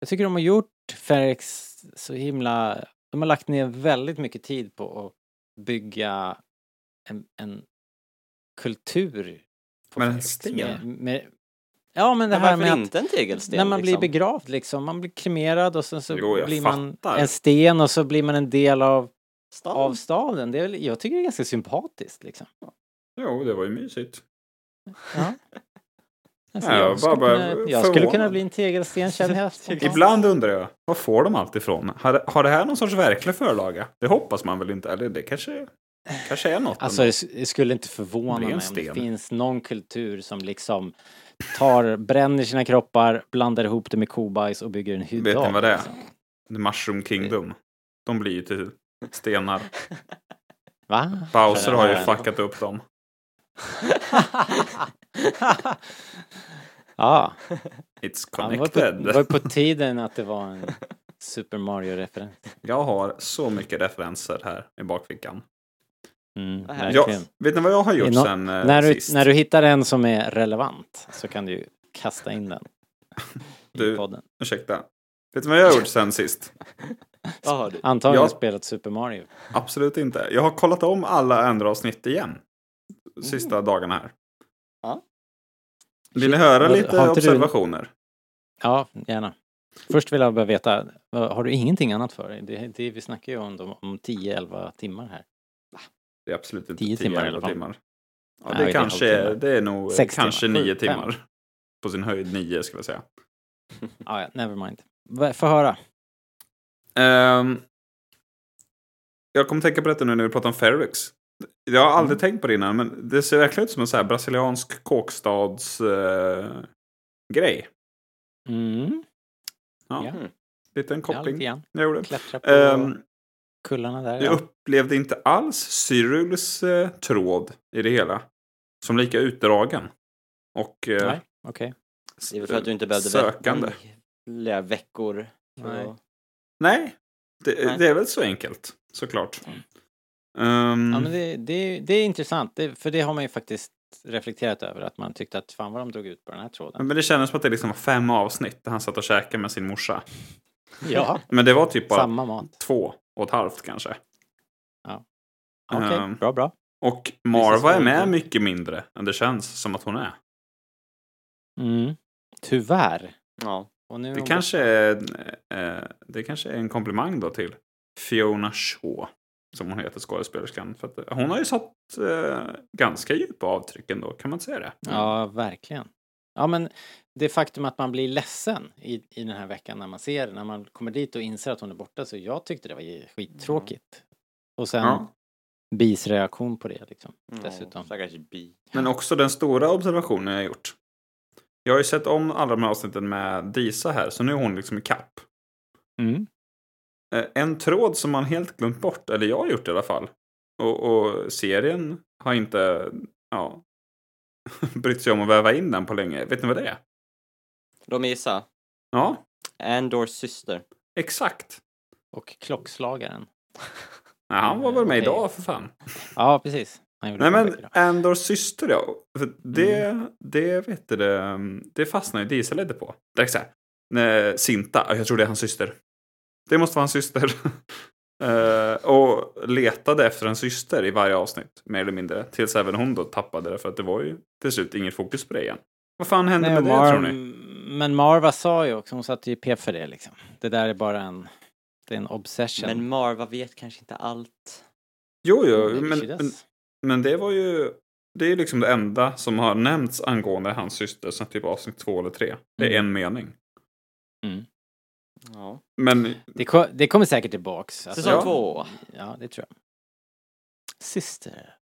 Speaker 1: Jag tycker de har gjort Ferrix så himla... De har lagt ner väldigt mycket tid på att bygga en, en kultur. på
Speaker 4: Men en
Speaker 1: Ferex
Speaker 4: sten?
Speaker 1: Med, med, ja, men det
Speaker 3: Men
Speaker 1: här
Speaker 3: varför
Speaker 1: med att...
Speaker 3: inte en tegelsten?
Speaker 1: När man
Speaker 3: liksom?
Speaker 1: blir begravd liksom, man blir kremerad och sen så
Speaker 4: Jo, jag
Speaker 1: blir man
Speaker 4: fattar.
Speaker 1: en sten och så blir man en del av,
Speaker 3: Stav?
Speaker 1: av staden. Det är väl, jag tycker det är ganska sympatiskt liksom.
Speaker 4: Jo, det var ju mysigt.
Speaker 1: Ja. Alltså,
Speaker 4: Ja,
Speaker 1: jag
Speaker 4: jag
Speaker 1: skulle,
Speaker 4: bara bara
Speaker 1: kunna, jag skulle kunna
Speaker 4: förvånad.
Speaker 1: bli en tegelsten känner jag. spontant.
Speaker 4: Ibland undrar jag, var får de allt ifrån? Har, har det här någon sorts verklig förlaga? Det hoppas man väl inte, eller det kanske, kanske är något.
Speaker 1: Alltså det s- det skulle inte förvåna
Speaker 4: Det är
Speaker 1: mig
Speaker 4: en
Speaker 1: om det
Speaker 4: sten.
Speaker 1: finns någon kultur som liksom tar, bränner sina kroppar, blandar ihop det med kobajs och bygger en hydda.
Speaker 4: Vet ni
Speaker 1: av
Speaker 4: vad det är?
Speaker 1: liksom.
Speaker 4: The Mushroom Kingdom. De blir ju till stenar.
Speaker 1: Va?
Speaker 4: Bowser har ju fuckat upp dem.
Speaker 1: ja,
Speaker 4: It's
Speaker 1: ja, det var på, det var ju
Speaker 4: connected.
Speaker 1: på tiden att det var en Super Mario-referens.
Speaker 4: Jag har så mycket referenser här i bakfickan.
Speaker 1: Mm,
Speaker 3: Vad härligt.
Speaker 4: Jag,
Speaker 1: verkligen.
Speaker 4: vet ni vad jag har gjort
Speaker 1: Nå-
Speaker 4: sen eh,
Speaker 1: när, du,
Speaker 4: sist?
Speaker 1: när du hittar en som är relevant så kan du ju kasta in den i
Speaker 4: Du-
Speaker 1: podden.
Speaker 4: Ursäkta. Vet ni vad jag har gjort sen sist?
Speaker 3: Vad har du?
Speaker 1: Antagligen
Speaker 4: jag-
Speaker 1: spelat Super Mario.
Speaker 4: Absolut inte. Jag har kollat om alla andra avsnitt igen.
Speaker 1: Oh.
Speaker 4: Sista dagarna här.
Speaker 3: Ja.
Speaker 4: Vill ni höra
Speaker 1: Vad- har
Speaker 4: lite
Speaker 1: inte du-
Speaker 4: observationer?
Speaker 1: Ja, gärna. Först vill jag bara veta, vad- har du ingenting annat för dig? Det, det, vi snackar ju om, de- om 10-11 timmar här.
Speaker 4: Det är absolut inte
Speaker 1: Tio
Speaker 4: 10
Speaker 1: timmar i alla
Speaker 4: timmar.
Speaker 1: fall.
Speaker 4: timmar. Ja,
Speaker 1: Nej,
Speaker 4: det,
Speaker 1: det är
Speaker 4: kanske är,
Speaker 1: halvtimmar.
Speaker 4: det är nog
Speaker 1: Sex
Speaker 4: kanske
Speaker 1: timmar.
Speaker 4: nio
Speaker 1: Sju, fem.
Speaker 4: timmar. På sin höjd nio skulle jag säga.
Speaker 1: Ah, ja, never mind. Va- Få höra.
Speaker 4: Ehm, jag kommer tänka på detta nu när vi pratar om Ferrix. Jag har
Speaker 1: Mm.
Speaker 4: aldrig tänkt på det innan, men det ser verkligen ut som en så här brasiliansk kåkstads eh, grej.
Speaker 1: Mm.
Speaker 4: Ja,
Speaker 1: Ja.
Speaker 4: Liten
Speaker 1: Ja,
Speaker 4: koppling.
Speaker 1: lite grann.
Speaker 4: jag gjorde.
Speaker 1: Klättra på
Speaker 4: Ehm,
Speaker 1: kullarna där.
Speaker 4: Jag
Speaker 1: Ja.
Speaker 4: upplevde inte alls Cyruls eh, tråd i det hela. Som lika utdragen. Och eh,
Speaker 1: Nej, okej.
Speaker 3: Det är väl för att du inte behövde Mm.
Speaker 4: sökande.
Speaker 3: vänta flera veckor. för
Speaker 4: Nej.
Speaker 3: att-
Speaker 4: Nej, det,
Speaker 3: Nej. Mm.
Speaker 4: det är väl så enkelt, såklart. Ehm,
Speaker 1: Ja, men det, det, det är intressant, det, för det har man ju faktiskt reflekterat över att man tyckte att fan vad de drog ut på den här tråden.
Speaker 4: men det kändes som att det liksom var fem avsnitt där han satt och käkade med sin morsa.
Speaker 1: Ja,
Speaker 4: Men det var typ bara
Speaker 1: samma mat.
Speaker 4: två och ett halvt kanske.
Speaker 1: Okej,
Speaker 4: Ehm,
Speaker 1: bra bra.
Speaker 4: Och Marva är med
Speaker 1: Precis.
Speaker 4: mycket mindre än det känns som att hon är.
Speaker 1: Mm. Tyvärr.
Speaker 3: Ja.
Speaker 1: Och nu är
Speaker 4: Det
Speaker 1: hon
Speaker 4: kanske är, eh, det kanske är en komplimang då till Fiona Shaw, som hon heter, skådespelerskan. För att eh, hon har ju satt eh, ganska djupa avtryck ändå, kan man inte säga det?
Speaker 1: Ja, verkligen. Ja, men det faktum att man blir ledsen i, i den här veckan när man ser det, när man kommer dit och inser att hon är borta, så jag tyckte det var ju skittråkigt. Och sen
Speaker 4: Ja.
Speaker 1: Bis reaktion på det liksom,
Speaker 3: Ja,
Speaker 1: dessutom.
Speaker 3: Stackars bi.
Speaker 4: Men också den stora observationen jag har gjort. Jag har ju sett om alla de här avsnitten med Disa här, så nu är hon liksom i kapp.
Speaker 1: Mm.
Speaker 4: Eh, En tråd som man helt glömt bort, eller jag har gjort i alla fall. Och, och serien har inte, ja, brytt sig om att väva in den på länge. Vet ni vad det är?
Speaker 3: De gissa.
Speaker 4: Ja,
Speaker 3: Andors syster.
Speaker 4: exakt.
Speaker 1: Och klockslagaren.
Speaker 4: Nej, han var väl med
Speaker 1: Okej.
Speaker 4: idag för fan.
Speaker 1: Ja, precis. Han gjorde
Speaker 4: Nej
Speaker 1: comeback
Speaker 4: men
Speaker 1: idag.
Speaker 4: Andors syster ja. För det,
Speaker 1: Mm.
Speaker 4: det vet du det, det fastnar ju Diesel lite på. Direkt såhär. nej, Sinta, jag tror det är hans syster. Det måste vara hans syster. Eh, och letade efter en syster i varje avsnitt, mer eller mindre. Tills även hon då tappade det, för att det var ju till slut inget fokus på det igen. Vad fan hände
Speaker 1: Nej,
Speaker 4: med
Speaker 1: och
Speaker 4: det, tror ni?
Speaker 1: men Marva sa ju också, hon satte ju pep för det liksom. Det där är bara en, det är en obsession.
Speaker 3: Men Marva vet kanske inte allt.
Speaker 4: Jo, jo,
Speaker 1: Maybe
Speaker 4: men,
Speaker 1: she does.
Speaker 4: men, men det var ju... Det är ju liksom det enda som har nämnts angående hans syster sen typ avsnitt två eller tre. Det är
Speaker 1: Mm.
Speaker 4: en mening.
Speaker 3: Ja.
Speaker 4: Men
Speaker 1: det, ko- det kommer säkert tillbaks. Alltså,
Speaker 3: Säsong
Speaker 4: Ja.
Speaker 3: två.
Speaker 1: Ja, det tror jag. Syster.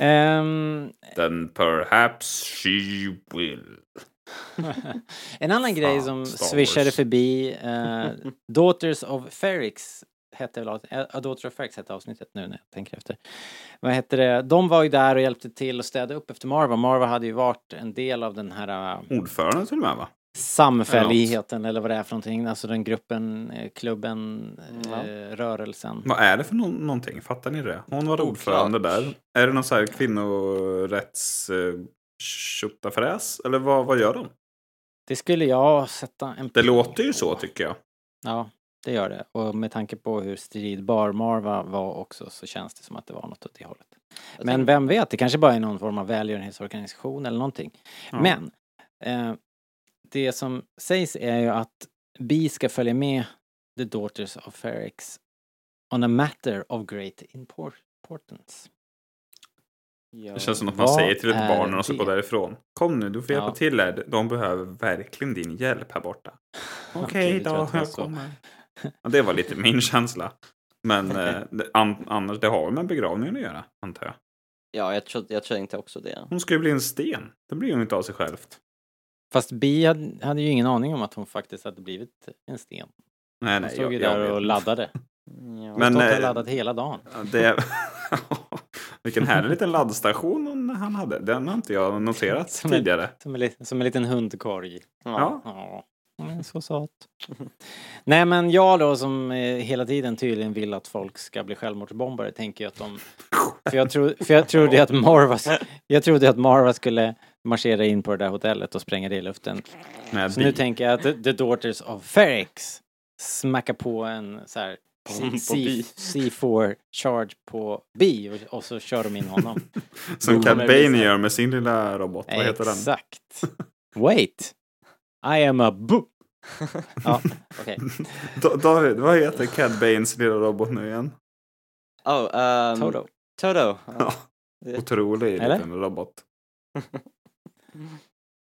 Speaker 1: Ehm,
Speaker 4: Then perhaps she will.
Speaker 1: en annan grej
Speaker 4: Fan,
Speaker 1: som
Speaker 4: Star Wars.
Speaker 1: swishade förbi, eh, Daughters of Ferrix hette väl avsnittet, äh, Daughters of Ferrix hette avsnittet nu när jag tänker efter. Vad hette det, de var ju där och hjälpte till att städa upp efter Marva. Marva hade ju varit en del av den här eh,
Speaker 4: Ordförande till och med va?
Speaker 1: samfälligheten eller vad det är för någonting, alltså den gruppen, eh, klubben, eh, rörelsen.
Speaker 4: Vad är det för nå- någonting? Fattar ni det? Hon var ordförande där. Är det någon så här kvinnorätts... eh, tjottafräs? Eller vad, vad gör de?
Speaker 1: Det skulle jag sätta en...
Speaker 4: Det
Speaker 1: pin
Speaker 4: låter ju så
Speaker 1: på.
Speaker 4: tycker jag.
Speaker 1: Ja, det gör det. Och med tanke på hur stridbar Marva var också så känns det som att det var något åt det hållet. Men vem vet, det kanske bara är någon form av välgörenhetsorganisation eller någonting.
Speaker 4: Ja.
Speaker 1: Men eh, det som sägs är ju att Bi ska följa med The Daughters of Ferrix on a matter of great impor- importance.
Speaker 3: Ja.
Speaker 4: Det känns som att man
Speaker 1: Vad
Speaker 4: säger till ett
Speaker 1: är
Speaker 4: barn när de ska
Speaker 1: det?
Speaker 4: gå därifrån. Kom nu, du får hjälpa
Speaker 1: Ja.
Speaker 4: till här. De behöver verkligen din hjälp här borta. Okej
Speaker 1: Okej, det tror jag
Speaker 4: då,
Speaker 1: inte var
Speaker 4: jag
Speaker 1: så.
Speaker 4: kommer. Ja, det var lite min känsla. Men eh, det- an- annars, det har väl med begravningen att göra, antar jag.
Speaker 3: Ja, jag, tro, jag tänkte också det.
Speaker 4: Hon ska ju bli en sten. Det blir hon inte av sig självt.
Speaker 1: Fast Bi hade, hade ju ingen aning om att hon faktiskt hade blivit en sten.
Speaker 4: Nej,
Speaker 1: Hon
Speaker 4: nej.
Speaker 1: stod ju
Speaker 4: jag
Speaker 1: där
Speaker 4: vet.
Speaker 1: och laddade.
Speaker 3: Ja.
Speaker 1: Hon
Speaker 4: Men,
Speaker 1: stod och
Speaker 4: eh,
Speaker 1: laddat hela dagen.
Speaker 4: Ja, Det... Vilken härlig liten laddstation hon- han hade. Den har inte jag noterat
Speaker 1: Som en-
Speaker 4: tidigare.
Speaker 1: Som en, li- som en liten hundkorg.
Speaker 4: Ja.
Speaker 1: Ja, hon är så söt. Nej men jag då som eh, hela tiden tydligen vill att folk ska bli självmordsbombare tänker jag att de... För jag, tro, för jag trodde att Marva... Jag trodde att Marva skulle marschera in på det där hotellet och spränga det i luften.
Speaker 4: Med
Speaker 1: Så nu
Speaker 4: bi-
Speaker 1: tänker jag att The, the Daughters of Ferrix smackar på en så här
Speaker 3: Bomb på
Speaker 1: C,
Speaker 3: Bi.
Speaker 1: C4 charge på bi och, och så kör de in honom.
Speaker 4: Som Cad
Speaker 1: kommer
Speaker 4: Bane
Speaker 1: visa.
Speaker 4: gör med sin lilla robot. Vad heter den?
Speaker 1: Exakt. Wait. I am a boo. Ja, okej.
Speaker 4: Da- David, vad heter Cad Banes lilla robot nu igen?
Speaker 3: Oh, um,
Speaker 1: Toto.
Speaker 3: Toto.
Speaker 4: Ja. Otrolig
Speaker 1: Eller?
Speaker 4: liten robot.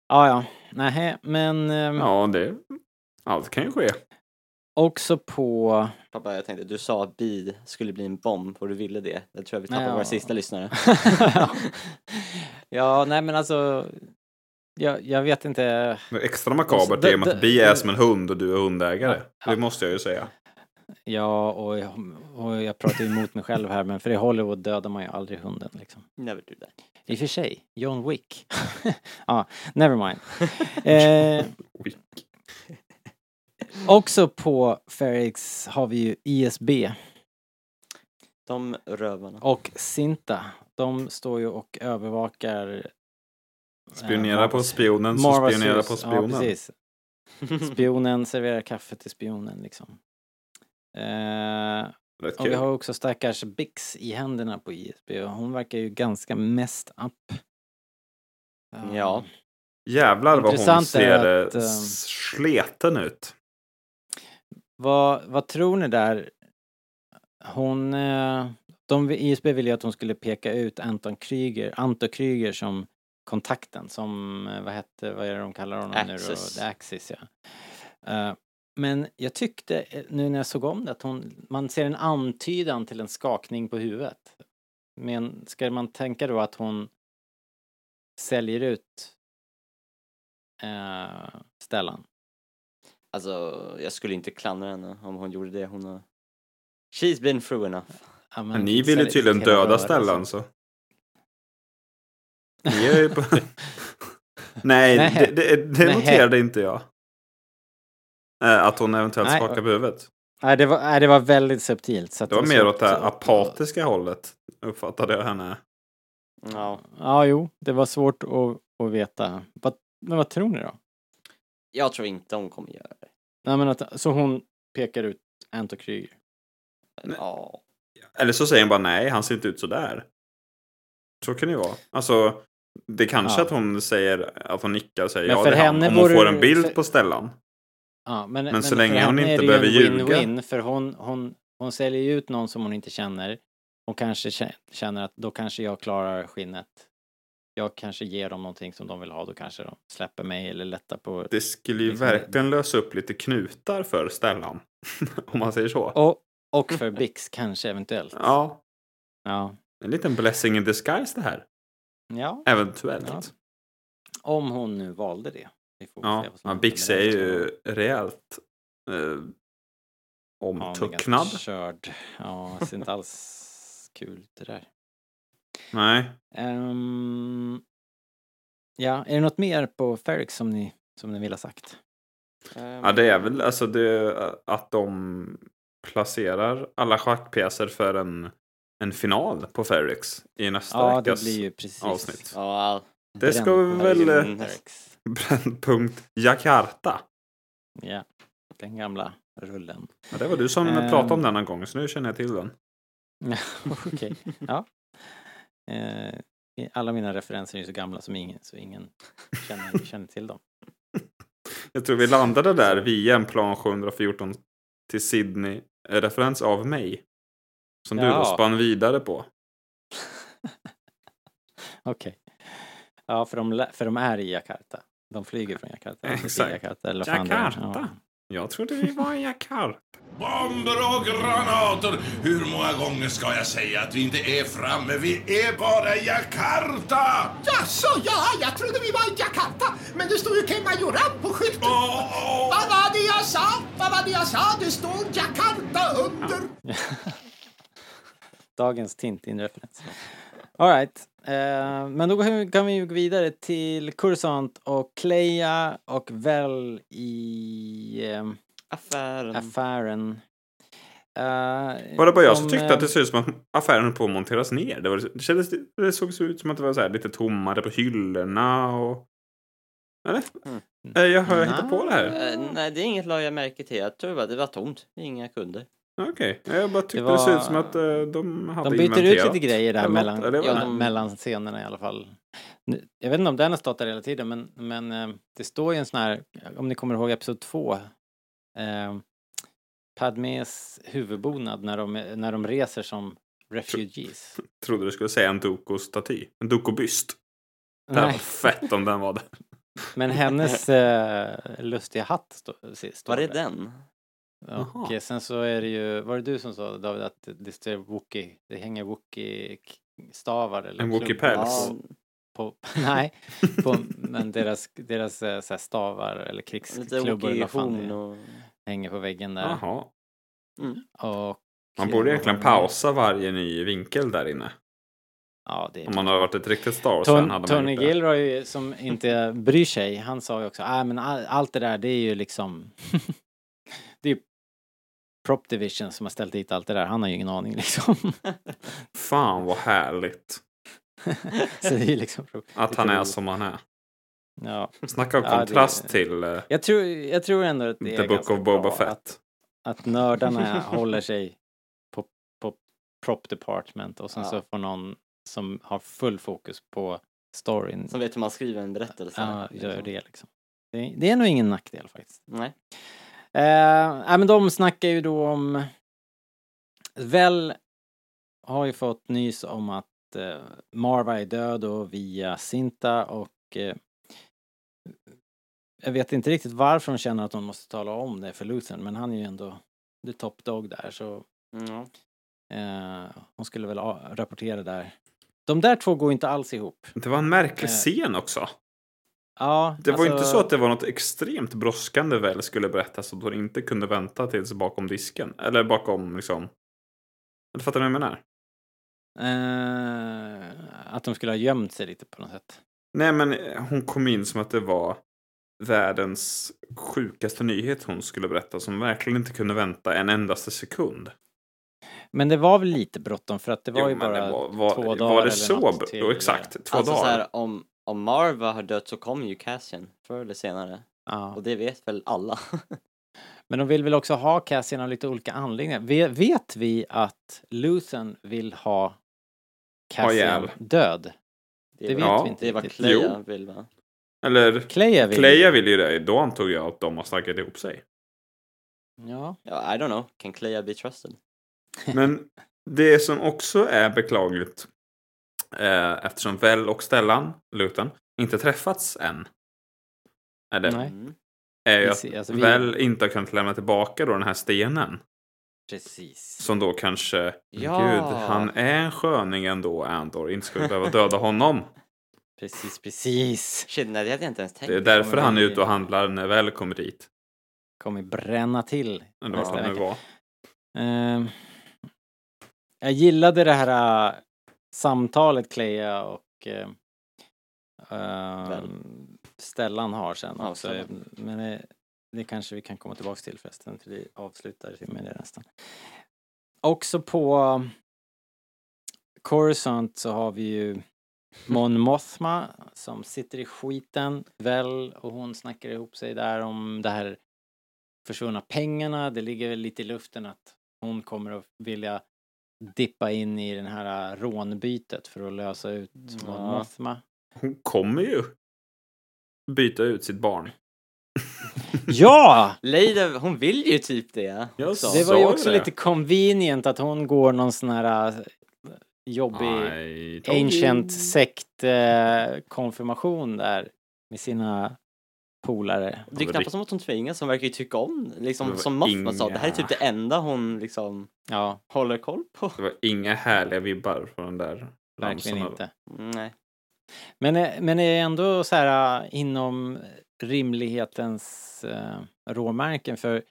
Speaker 1: Ja, ja. Nähä, men ehm,
Speaker 4: Ja, det... Allt kan ju ske.
Speaker 1: också på...
Speaker 3: Pappa, jag tänkte, du sa att bi skulle bli en bomb och du ville det. Jag tror att vi tappade
Speaker 1: Ja.
Speaker 3: våra sista lyssnare.
Speaker 1: ja, nej men alltså... Jag, jag vet inte.
Speaker 4: Det är extra
Speaker 1: Och så-
Speaker 4: makabert i och med
Speaker 1: Alltså, det-
Speaker 4: att bi
Speaker 1: det-
Speaker 4: är som en hund och du är hundägare.
Speaker 1: Ja.
Speaker 4: Det måste jag ju säga.
Speaker 1: Ja, och jag, och jag pratar ju emot mig själv här men för i Hollywood dödar man ju aldrig hunden liksom.
Speaker 3: Never do that.
Speaker 1: I och för sig, John Wick. Ja, ah, never mind. eh, också på Ferrix har vi ju ISB
Speaker 3: De rövarna.
Speaker 1: och Sinta. De står ju och övervakar...
Speaker 4: Spionera på spionen som
Speaker 1: Marvels
Speaker 4: spionerar
Speaker 1: hus.
Speaker 4: på spionen.
Speaker 1: Ja, precis. Spionen serverar kaffe till spionen liksom. Eh,
Speaker 4: Rätt
Speaker 1: och vi
Speaker 4: kul.
Speaker 1: har också stackars Bix i händerna på ISB och hon verkar ju ganska mest up. Eh,
Speaker 3: Ja.
Speaker 4: Jävlar vad hon
Speaker 1: Intressant är
Speaker 4: ser
Speaker 1: att,
Speaker 4: att,
Speaker 1: ehm,
Speaker 4: sleten ut.
Speaker 1: Vad, vad tror ni där? Hon... eh, De, ISB ville ju att hon skulle peka ut Anton Kryger, Anto Kryger som kontakten, som eh, vad hette, vad är det de kallar honom nu då?
Speaker 3: Axis.
Speaker 1: The Axis, ja. Eh, Men jag tyckte, eh, nu när jag såg om det, att hon, man ser en antydan till en skakning på huvudet. Men ska man tänka då att hon säljer ut eh, Stellan?
Speaker 3: Alltså, jag skulle inte klandra henne om hon gjorde det. Hon har... She's been through enough.
Speaker 1: Ja, men
Speaker 4: Men ni
Speaker 1: fixar
Speaker 4: vill ju
Speaker 1: det-
Speaker 4: tydligen
Speaker 1: hela
Speaker 4: döda
Speaker 1: rörelsen.
Speaker 4: Stellan så. Ni är ju på... Nej,
Speaker 1: Nej.
Speaker 4: det, det, det
Speaker 1: Nej.
Speaker 4: noterade inte jag. Eh, Att hon eventuellt
Speaker 1: Nej.
Speaker 4: skakar på huvudet.
Speaker 1: Nej det, var, nej, det var väldigt subtilt. Så att
Speaker 4: Det var
Speaker 1: de
Speaker 4: mer
Speaker 1: såg-
Speaker 4: åt det här apatiska hållet, uppfattade jag henne.
Speaker 3: Ja.
Speaker 1: Ja, jo, det var svårt att, att veta. Vad, men vad tror ni då?
Speaker 3: Jag tror inte hon kommer göra det.
Speaker 1: Nej, men att, så hon pekar ut Anto Kryger.
Speaker 4: Nej.
Speaker 3: Ja.
Speaker 4: Eller så säger hon bara nej, han ser inte ut så där. Så kan det ju vara. Alltså, det kanske
Speaker 1: Ja.
Speaker 4: att hon säger att hon nickar och säger
Speaker 1: Men
Speaker 4: ja,
Speaker 1: för
Speaker 4: det är han.
Speaker 1: henne
Speaker 4: Om hon
Speaker 1: vore
Speaker 4: får
Speaker 1: det-
Speaker 4: en bild
Speaker 1: för-
Speaker 4: på Stellan.
Speaker 1: Ja, men,
Speaker 4: Men så
Speaker 1: för
Speaker 4: länge hon
Speaker 1: henne
Speaker 4: inte
Speaker 1: är det ju en
Speaker 4: behöver ljuga.
Speaker 1: win-win, För hon, hon, hon säljer ju ut någon som hon inte känner. Hon kanske kä- känner att då kanske jag klarar skinnet. Jag kanske ger dem någonting som de vill ha. Då kanske de släpper mig eller lättar på...
Speaker 4: Det skulle ju
Speaker 1: Liksom det-
Speaker 4: verkligen lösa upp lite knutar för Stellan. om man säger så.
Speaker 1: Och, och för Bix kanske eventuellt.
Speaker 4: Ja,
Speaker 1: Ja.
Speaker 4: en liten blessing in disguise det här.
Speaker 1: ja.
Speaker 4: Eventuellt.
Speaker 1: Ja.
Speaker 4: Ja,
Speaker 1: Om hon nu valde det. Vi får
Speaker 4: ja.
Speaker 1: vad som händer
Speaker 4: Bix
Speaker 1: med
Speaker 4: är
Speaker 1: den
Speaker 4: ju
Speaker 1: skadan.
Speaker 4: rejält eh,
Speaker 1: Ja, hon är
Speaker 4: omtucknad.
Speaker 1: ganska Körd. Ja, det ser inte alls kul ut det där.
Speaker 4: Nej.
Speaker 1: Ehm, ja, är det något mer på Ferrix som ni, som ni vill ha sagt? Ehm,
Speaker 4: Ja, det är väl alltså det, att de placerar alla schackpjäser för en, en final på Ferrix i nästa
Speaker 1: Ja, det
Speaker 4: veckas
Speaker 1: blir ju precis.
Speaker 4: avsnitt.
Speaker 3: Ja,
Speaker 4: Det ska
Speaker 1: Brännpunkten
Speaker 4: vi väl, eh,
Speaker 1: i Ferrix.
Speaker 4: Brännpunkt Jakarta.
Speaker 1: Ja, den gamla rullen.
Speaker 4: Ja, det var du som
Speaker 1: Ehm.
Speaker 4: pratade om den någon gång, så nu känner jag till den.
Speaker 1: Okej, ja. Eh, alla mina referenser är ju så gamla som ingen, så ingen känner, känner till dem.
Speaker 4: Jag tror vi landade där via en plan 714 till Sydney-referens av mig. Som du
Speaker 1: Ja.
Speaker 4: då spann vidare på.
Speaker 1: Okej. Ja, för de, lä- för de är i Jakarta. De flyger från Jakarta. eller till
Speaker 4: Exakt.
Speaker 1: Jakarta, eller vad fan det är.
Speaker 4: Jakarta. Jag trodde vi var i Jakarta.
Speaker 12: Bomber och granater! Hur många gånger ska jag säga att vi inte är framme? Vi är bara i Jakarta!
Speaker 13: Jaså, ja, jag trodde vi var i Jakarta, men det stod ju Kemajoran på skylten. Vad var det jag sa? Vad var det jag sa? Det står Jakarta under.
Speaker 1: Dagens Tintin-referens. All right. Eh, men då går- kan vi ju gå vidare till Kursant och Kleja och väl i eh,
Speaker 4: Mm.
Speaker 3: Affären.
Speaker 1: affären. Eh,
Speaker 4: Var det bara jag som
Speaker 1: de,
Speaker 4: tyckte
Speaker 1: eh,
Speaker 4: att det såg ut som att affären på att monteras ner? Det, var, det, kändes, det såg ut som att det var så här lite tommare på hyllorna och... Eller?
Speaker 1: Mm.
Speaker 4: Eh, Jag har hittat på det här.
Speaker 3: Eh, nej, det är inget lag jag märker till. Jag tror bara det var tomt. Inga kunder.
Speaker 4: Okej, jag bara tyckte det,
Speaker 1: Det var-
Speaker 4: såg ut som att eh, de hade
Speaker 1: De byter ut
Speaker 4: inventerat
Speaker 1: lite grejer där
Speaker 4: eller något,
Speaker 1: mellan,
Speaker 4: eller vad?
Speaker 1: ja, mellan scenerna i alla fall. Nu- Jag vet inte om den har stått där hela tiden men, men eh, det står ju en sån här, om ni kommer ihåg episod 2, eh, Padmes huvudbonad när de, när de reser som refugees.
Speaker 4: Trodde du skulle säga en Doko-staty. En Doko-byst. Det hade
Speaker 1: Nej,
Speaker 4: varit fett om den var där.
Speaker 1: men hennes eh, lustiga hatt stå, si- står
Speaker 3: Var är
Speaker 1: där.
Speaker 3: den?
Speaker 1: Och eh, sen så är det ju, var det du som sa David att det står Wookie, det hänger Wookie stavar eller
Speaker 4: En
Speaker 1: klubbor
Speaker 4: Wookie-päls.
Speaker 1: på- På, nej, på, eh, men deras, deras eh, så här stavar eller
Speaker 3: Lite
Speaker 1: krigsklubbor eller vad fan det
Speaker 3: okej
Speaker 1: är,
Speaker 3: och...
Speaker 1: hänger på väggen där.
Speaker 4: Jaha.
Speaker 1: Och, eh,
Speaker 4: Man borde egentligen pausa varje ny vinkel där inne.
Speaker 1: Ja, det
Speaker 4: Om man har varit ett riktigt Star Wars fan
Speaker 1: Ton,
Speaker 4: hade man
Speaker 1: Tony
Speaker 4: gjort det.
Speaker 1: Gilroy som inte bryr sig, han sa ju också ah, men all, allt det där det är ju liksom det är ju Prop Division som har ställt dit allt det där, han har ju ingen aning liksom.
Speaker 4: Fan vad härligt.
Speaker 1: Så det är ju liksom
Speaker 4: Att
Speaker 1: lite
Speaker 4: han är
Speaker 1: roligt.
Speaker 4: som han är.
Speaker 1: Ja.
Speaker 4: Snacka om
Speaker 1: Ja, det-
Speaker 4: kontrast till eh,
Speaker 1: Jag tror, jag tror ändå att det
Speaker 4: The
Speaker 1: är
Speaker 4: Book
Speaker 1: ganska
Speaker 4: of Boba
Speaker 1: bra
Speaker 4: Fett.
Speaker 1: Att, att nördarna håller sig på, på Prop Department och sen
Speaker 3: Ja.
Speaker 1: så får någon som har full fokus på storyn
Speaker 3: Som vet hur man skriver en berättelse.
Speaker 1: ja, gör det liksom. Det, det är nog ingen nackdel faktiskt.
Speaker 3: Nej.
Speaker 1: Eh, nej, men de snackar ju då om... Väl har ju fått nys om att eh, Marva är död och via Sinta och... Eh, jag vet inte riktigt varför hon känner att hon måste tala om det för Luthern, men han är ju ändå the top dog där så...
Speaker 3: Ja.
Speaker 1: Eh, hon skulle väl a- rapportera där. De där två går inte alls ihop.
Speaker 4: Det var en märklig
Speaker 1: Eh.
Speaker 4: scen också.
Speaker 1: Ja,
Speaker 4: Det var
Speaker 1: alltså-
Speaker 4: inte så att det var något extremt brådskande väl skulle berättas och då det inte kunde vänta tills bakom disken. Eller bakom liksom... Du fattar vad jag menar?
Speaker 1: Eh, att de skulle ha gömt sig lite på något sätt.
Speaker 4: Nej men eh, hon kom in som att det var världens sjukaste nyhet hon skulle berätta som verkligen inte kunde vänta en endaste sekund.
Speaker 1: Men det var väl lite bråttom för att det var
Speaker 4: Jo,
Speaker 1: ju
Speaker 4: men
Speaker 1: bara
Speaker 4: det var- var-
Speaker 1: två
Speaker 4: var
Speaker 1: dagar
Speaker 4: det
Speaker 1: eller
Speaker 4: så
Speaker 1: något
Speaker 4: br-
Speaker 1: till-
Speaker 4: jo, exakt. Två
Speaker 3: alltså,
Speaker 4: dagar.
Speaker 3: Så här, om, om Marva har dött så kommer ju Cassian förr eller senare.
Speaker 1: Ja.
Speaker 3: Och det vet väl alla.
Speaker 1: Men de vill väl också ha Cassian av lite olika anledningar. Ve- Vet vi att Luthen vill ha Cassian
Speaker 4: ihjäl.
Speaker 1: död? Det, vet
Speaker 4: Ja.
Speaker 1: vi inte
Speaker 4: Det var
Speaker 1: riktigt.
Speaker 4: Clea
Speaker 3: Jag vill va?
Speaker 4: Eller...
Speaker 1: Cleia vill-
Speaker 4: Cleia vill ju det. Då antog jag att de har snackat ihop sig.
Speaker 1: Ja.
Speaker 3: I don't know. Can Clea be trusted?
Speaker 4: Men det som också är beklagligt eh, eftersom Väl och Stellan, Lutan, inte träffats än. Är det?
Speaker 1: Nej.
Speaker 3: Mm.
Speaker 4: Är ju
Speaker 1: Vi
Speaker 4: att
Speaker 1: ser- alltså, vi-
Speaker 4: Väl inte har kunnat lämna tillbaka då den här stenen.
Speaker 1: Precis.
Speaker 4: Som då kanske,
Speaker 1: Ja.
Speaker 4: gud, han är en sköning ändå, Andor. Inte ska vi behöva döda honom.
Speaker 1: Precis, precis.
Speaker 3: Shit, nej, det hade jag inte ens tänkt.
Speaker 4: Det är därför han är ute och handlar när Väl kommer dit.
Speaker 1: Kommer bränna till.
Speaker 4: Undrar vart
Speaker 1: nästa
Speaker 4: han nu
Speaker 1: vecka.
Speaker 4: var.
Speaker 1: Ehm, jag gillade det här äh, samtalet Clea och äh, äh, Stellan har sen
Speaker 3: Ja,
Speaker 1: också.
Speaker 3: Stellan.
Speaker 1: Men det, det kanske vi kan komma tillbaka till förresten, för vi avslutar med det nästan. Också på äh, Coruscant så har vi ju Mon Mothma som sitter i skiten, väl, och hon snackar ihop sig där om det här försvunna pengarna. Det ligger väl lite i luften att hon kommer att vilja dippa in i den här äh, rånbytet för att lösa ut Mon
Speaker 4: Ja.
Speaker 1: Mothma.
Speaker 4: Hon kommer ju byta ut sitt barn.
Speaker 1: Ja!
Speaker 3: Leida, hon vill ju typ det.
Speaker 4: Jag
Speaker 3: också.
Speaker 1: Det var ju
Speaker 4: sa
Speaker 1: också
Speaker 4: det.
Speaker 1: lite convenient att hon går någon sån här äh, jobbig
Speaker 4: I told you.
Speaker 1: ancient sekt eh, konfirmation där med sina polare.
Speaker 3: Det är knappast som att hon tvingas, hon verkar ju tycka om
Speaker 4: Det
Speaker 3: liksom,
Speaker 4: var
Speaker 3: som Mothma sa, det här är typ det
Speaker 4: inga-
Speaker 3: enda hon liksom
Speaker 1: ja.
Speaker 3: håller koll på.
Speaker 4: Det var inga härliga vibbar från den där
Speaker 1: Verkligen
Speaker 4: ramsorna.
Speaker 1: inte.
Speaker 3: Nej.
Speaker 1: Men, eh, men är ändå så här eh, inom rimlighetens eh, råmärken för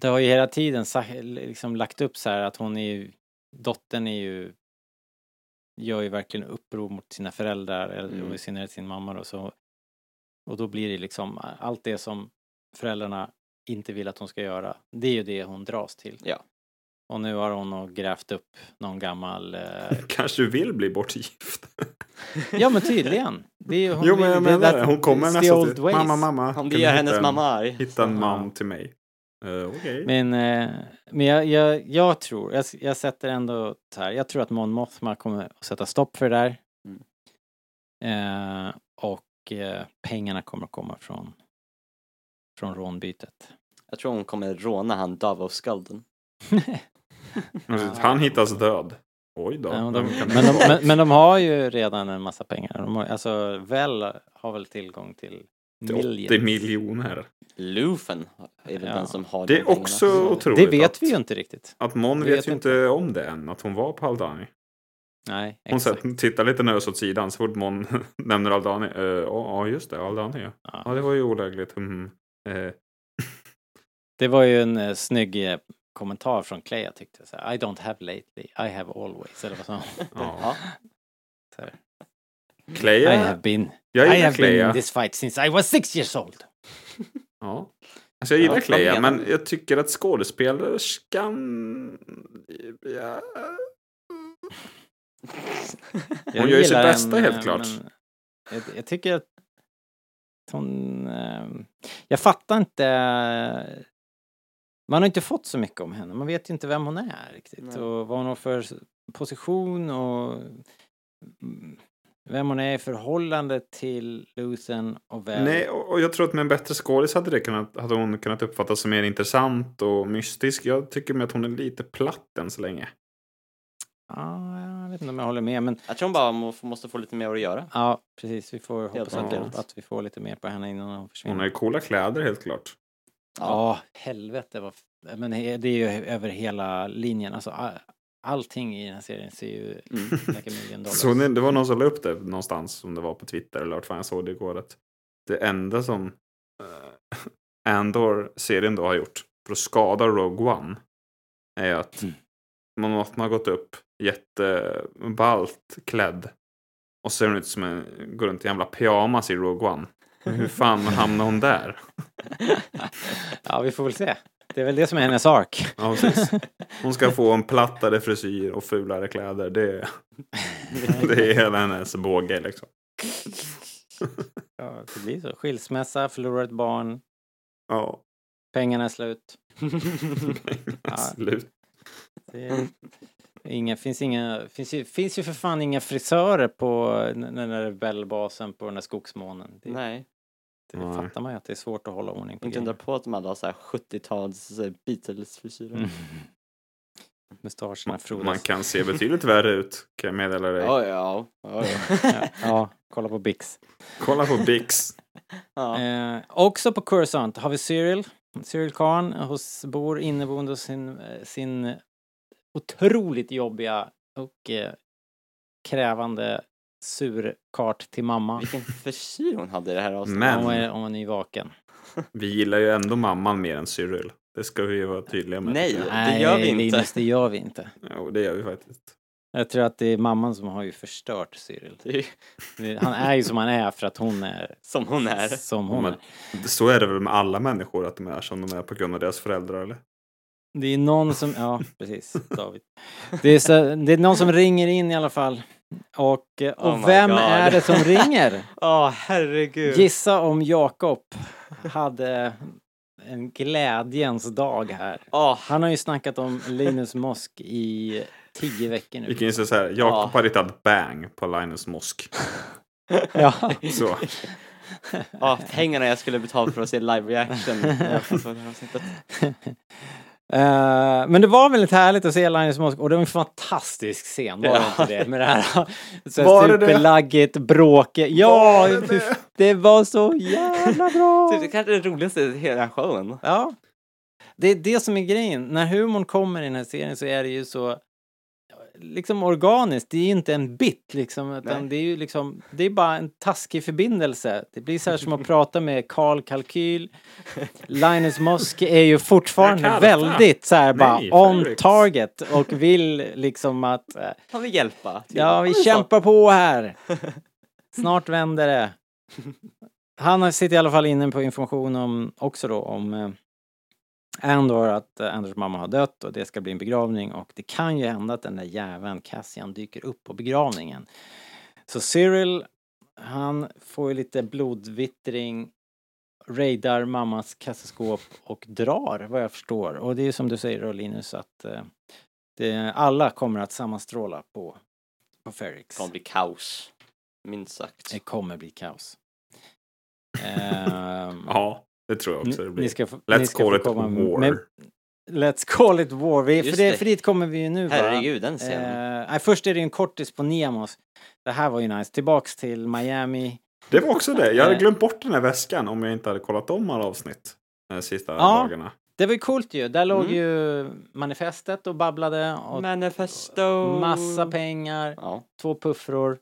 Speaker 1: det har ju hela tiden sa, liksom lagt upp så här att hon är ju, dottern är ju, gör ju verkligen uppror mot sina föräldrar eller
Speaker 3: Mm.
Speaker 1: och i synnerhet sin mamma då så och då blir det liksom allt det som föräldrarna inte vill att hon ska göra det är ju det hon dras till.
Speaker 3: Ja.
Speaker 1: Och nu har hon nog grävt upp någon gammal eh,
Speaker 4: Kanske vill bli bortgift.
Speaker 1: Ja men tydligen. Det är, ju- hon,
Speaker 4: Jo, men jag
Speaker 1: det är that-
Speaker 4: menar det. Hon kommer
Speaker 1: it's the
Speaker 4: nästan
Speaker 1: old
Speaker 4: till
Speaker 1: ways.
Speaker 4: mamma, mamma.
Speaker 3: Om
Speaker 4: kan
Speaker 3: det
Speaker 4: du
Speaker 3: gör
Speaker 4: hitta
Speaker 3: hennes
Speaker 4: en-
Speaker 3: mamma arg.
Speaker 4: Hitta en
Speaker 3: så-
Speaker 4: man till mig. Uh, Okej.
Speaker 1: Men, eh, men jag, jag, jag tror, jag, jag sätter ändå så här, jag tror att Mon Mothma kommer att sätta stopp för det där.
Speaker 4: Mm.
Speaker 1: Eh, och eh, pengarna kommer att komma från, från rånbytet.
Speaker 3: Jag tror hon kommer råna han Davos-skulden.
Speaker 4: Alltså, Han hittas död. Oj då.
Speaker 1: Ja, men, de,
Speaker 4: Vem kan det
Speaker 1: men, de,
Speaker 4: vara?
Speaker 1: men, men de har ju redan en massa pengar. De har, alltså, väl har väl tillgång till
Speaker 4: Det är 80
Speaker 1: millions.
Speaker 4: miljoner.
Speaker 3: Lufen är väl
Speaker 1: Ja.
Speaker 3: den som har
Speaker 4: Det
Speaker 3: de
Speaker 4: är också
Speaker 3: pengarna.
Speaker 4: otroligt.
Speaker 1: Det vet
Speaker 4: att,
Speaker 1: vi ju inte riktigt.
Speaker 4: Att Mon
Speaker 1: Vi
Speaker 4: vet,
Speaker 1: vet
Speaker 4: ju inte om det än, att hon var på Aldani.
Speaker 1: Nej,
Speaker 4: Hon
Speaker 1: exakt.
Speaker 4: satt, tittar lite nervöst åt sidan så fort Mon nämner Aldani. Eh, Ja, ja, just det, Aldani ja. Ja, det var ju olägligt. Mm. Eh,
Speaker 1: Det var ju en eh, snygg eh, kommentar från Clay jag tyckte så här, I don't have lately, I have always. Eller vad sa han?
Speaker 4: Ja.
Speaker 1: Så här,
Speaker 4: Clay
Speaker 1: I have been,
Speaker 4: Jag gillar
Speaker 1: I have
Speaker 4: Clay,
Speaker 1: been
Speaker 4: ja.
Speaker 1: in this fight since I was six years old.
Speaker 4: Ja. Alltså jag gillar
Speaker 1: Ja,
Speaker 4: Clea,
Speaker 1: vad menar
Speaker 4: men jag tycker att skådespelerskan... Ja. Hon gör ju sitt
Speaker 1: gillar
Speaker 4: bästa
Speaker 1: henne,
Speaker 4: helt klart.
Speaker 1: men Jag, jag tycker att hon... ehm, Jag fattar inte... Man har inte fått så mycket om henne. Man vet ju inte vem hon är riktigt.
Speaker 3: Nej.
Speaker 1: Och vad hon har för s- position och mm, vem hon är i förhållande till Luthen och väl.
Speaker 4: Nej, och och jag tror att med en bättre skådis hade, det kunnat, hade hon kunnat uppfattas som mer intressant och mystisk. Jag tycker med att hon är lite platt än så länge.
Speaker 1: Ja, jag vet inte om jag håller med men...
Speaker 3: Jag tror hon bara må- måste få lite mer att göra.
Speaker 1: Ja, precis. Vi får hoppas
Speaker 3: enkelt.
Speaker 1: att, att vi får lite mer på henne innan hon försvinner.
Speaker 4: Hon har ju coola kläder helt klart.
Speaker 1: Ja, helvete vad... f- Men he- det är ju över hela linjen. Alltså, a- allting i den här serien ser ju... Like a million dollars.
Speaker 4: Så det, det var någon som la upp det någonstans, om det var på Twitter eller vart fan jag såg det igår, att det enda som eh, Andor-serien då har gjort för att skada Rogue One är att man, att man har gått upp jätteballt klädd och ser hon ut som en, går runt i jävla pyjamas i Rogue One. Hur fan hamnade hon där?
Speaker 1: Ja, vi får väl se. Det är väl det som är hennes ark.
Speaker 4: Ja, precis. Hon ska få en plattare frisyr och fulare kläder. Det, det är hela hennes båge liksom.
Speaker 1: Ja, det blir så. Skilsmässa, förlorat barn,
Speaker 4: Ja.
Speaker 1: pengarna är slut.
Speaker 4: Ja. Slut.
Speaker 1: Det
Speaker 3: Mm.
Speaker 1: är, inga, finns, inga, finns, ju, finns ju för fan inga frisörer på den där rebellbasen på den där skogsmånen. Det,
Speaker 3: Nej.
Speaker 1: det fattar man ju att det är svårt att hålla ordning på.
Speaker 3: Inte undra på att de hade har så här 70-tals eh, Beatles-frisyrer.
Speaker 1: Mm. Mustascherna frodas.
Speaker 4: Man kan se betydligt värre ut, kan jag meddela dig.
Speaker 3: Ja, ja. ja, ja.
Speaker 1: Ja, ja, kolla på Bix.
Speaker 4: Kolla på Bix.
Speaker 1: Eh, också på Coruscant har vi Cyril. Cyril Khan hos, bor inneboende hos sin, eh, sin otroligt jobbiga och eh, krävande surkart till mamma.
Speaker 3: Vilken frisyr hon hade i det här avsnittet.
Speaker 4: Men-
Speaker 1: Hon är, hon är nyvaken.
Speaker 4: Vi gillar ju ändå mamman mer än Cyril. Det ska vi ju vara tydliga med.
Speaker 3: Nej,
Speaker 4: tycker jag.
Speaker 3: det gör vi inte.
Speaker 1: Linus, det gör vi inte.
Speaker 4: Jo, det gör vi faktiskt.
Speaker 1: Jag tror att det är mamman som har ju förstört Cyril.
Speaker 3: Det är-
Speaker 1: Det- Han är ju som han är för att hon är
Speaker 3: Som hon är.
Speaker 1: som hon
Speaker 4: Men
Speaker 1: är.
Speaker 4: så är det väl med alla människor, att de är som de är på grund av deras föräldrar, eller?
Speaker 1: Det är någon som, ja precis, David. Det är, så, det är någon som ringer in i alla fall. Och, eh, och
Speaker 3: Oh my
Speaker 1: vem
Speaker 3: God.
Speaker 1: är det som ringer?
Speaker 3: Åh, herregud.
Speaker 1: Gissa om Jakob hade en glädjens dag här.
Speaker 3: Åh,
Speaker 1: Han har ju snackat om Linus Mosk i tio veckor nu.
Speaker 4: Vi kan ju säga så här, Jakob har ritat bang på Linus Mosk.
Speaker 1: Ja.
Speaker 4: Så.
Speaker 3: Ja, pengarna jag skulle betala för att se live-reaction.
Speaker 1: Eh, men det var väldigt härligt att se Linus Mosk och det var en fantastisk scen, var det
Speaker 3: Ja.
Speaker 1: inte det? Med det här så
Speaker 4: Var
Speaker 1: här
Speaker 4: det det?
Speaker 1: superlaggigt, bråket. Ja,
Speaker 4: Var det
Speaker 1: hur-
Speaker 4: det? Typ,
Speaker 1: det var så jävla bra!
Speaker 3: det är kanske det roligaste i hela showen.
Speaker 1: Ja. Det är det som är grejen. När humorn kommer i den här serien så är det ju så liksom organiskt. Det är ju inte en bit liksom, utan
Speaker 3: Nej.
Speaker 1: det är ju liksom, det är bara en taskig förbindelse. Det blir så här som att prata med Karl Kalkyl. Linus Mosk är ju fortfarande
Speaker 4: Karl,
Speaker 1: väldigt så här bara
Speaker 4: Nej,
Speaker 1: on
Speaker 4: Felix.
Speaker 1: target och vill liksom att eh,
Speaker 3: Han vill hjälpa. typ.
Speaker 1: ja,
Speaker 3: Han
Speaker 1: vi
Speaker 3: vill
Speaker 1: kämpar på här. Snart vänder det. Han har- sitter i alla fall inne på information om, också då om eh, Andor, att eh, Andors mamma har dött och det ska bli en begravning och det kan ju hända att den där jäveln Cassian dyker upp på begravningen. Så Cyril, han får ju lite blodvittring, raidar mammas kassaskåp och drar vad jag förstår. Och det är ju som du säger då Linus att eh, det, alla kommer att sammanstråla på, på
Speaker 3: Det
Speaker 1: Ferrix.
Speaker 3: kommer bli kaos. Minst sagt.
Speaker 1: Det kommer bli kaos. Ehm,
Speaker 4: Ja, det tror jag också
Speaker 1: ni-
Speaker 4: det blir.
Speaker 1: ni ska få- ni
Speaker 4: Let's
Speaker 1: ska
Speaker 4: call
Speaker 1: få
Speaker 4: it
Speaker 1: komma
Speaker 4: war.
Speaker 1: med- Let's call it war. Vi, för,
Speaker 3: Just
Speaker 1: det,
Speaker 3: det.
Speaker 1: för dit kommer vi ju nu. va?
Speaker 3: Herregud, den scenen.
Speaker 1: Eh, nej, först är det ju en kortis på Niamos. Det här var ju nice. Tillbaks till Miami.
Speaker 4: Det var också det. Jag hade
Speaker 1: Eh.
Speaker 4: glömt bort den här väskan om jag inte hade kollat om alla avsnitt de sista
Speaker 1: Ja.
Speaker 4: dagarna.
Speaker 1: Det var ju coolt ju. Där låg
Speaker 3: Mm.
Speaker 1: ju manifestet och babblade. Och
Speaker 3: Manifesto.
Speaker 1: Massa pengar,
Speaker 3: Ja.
Speaker 1: två puffror.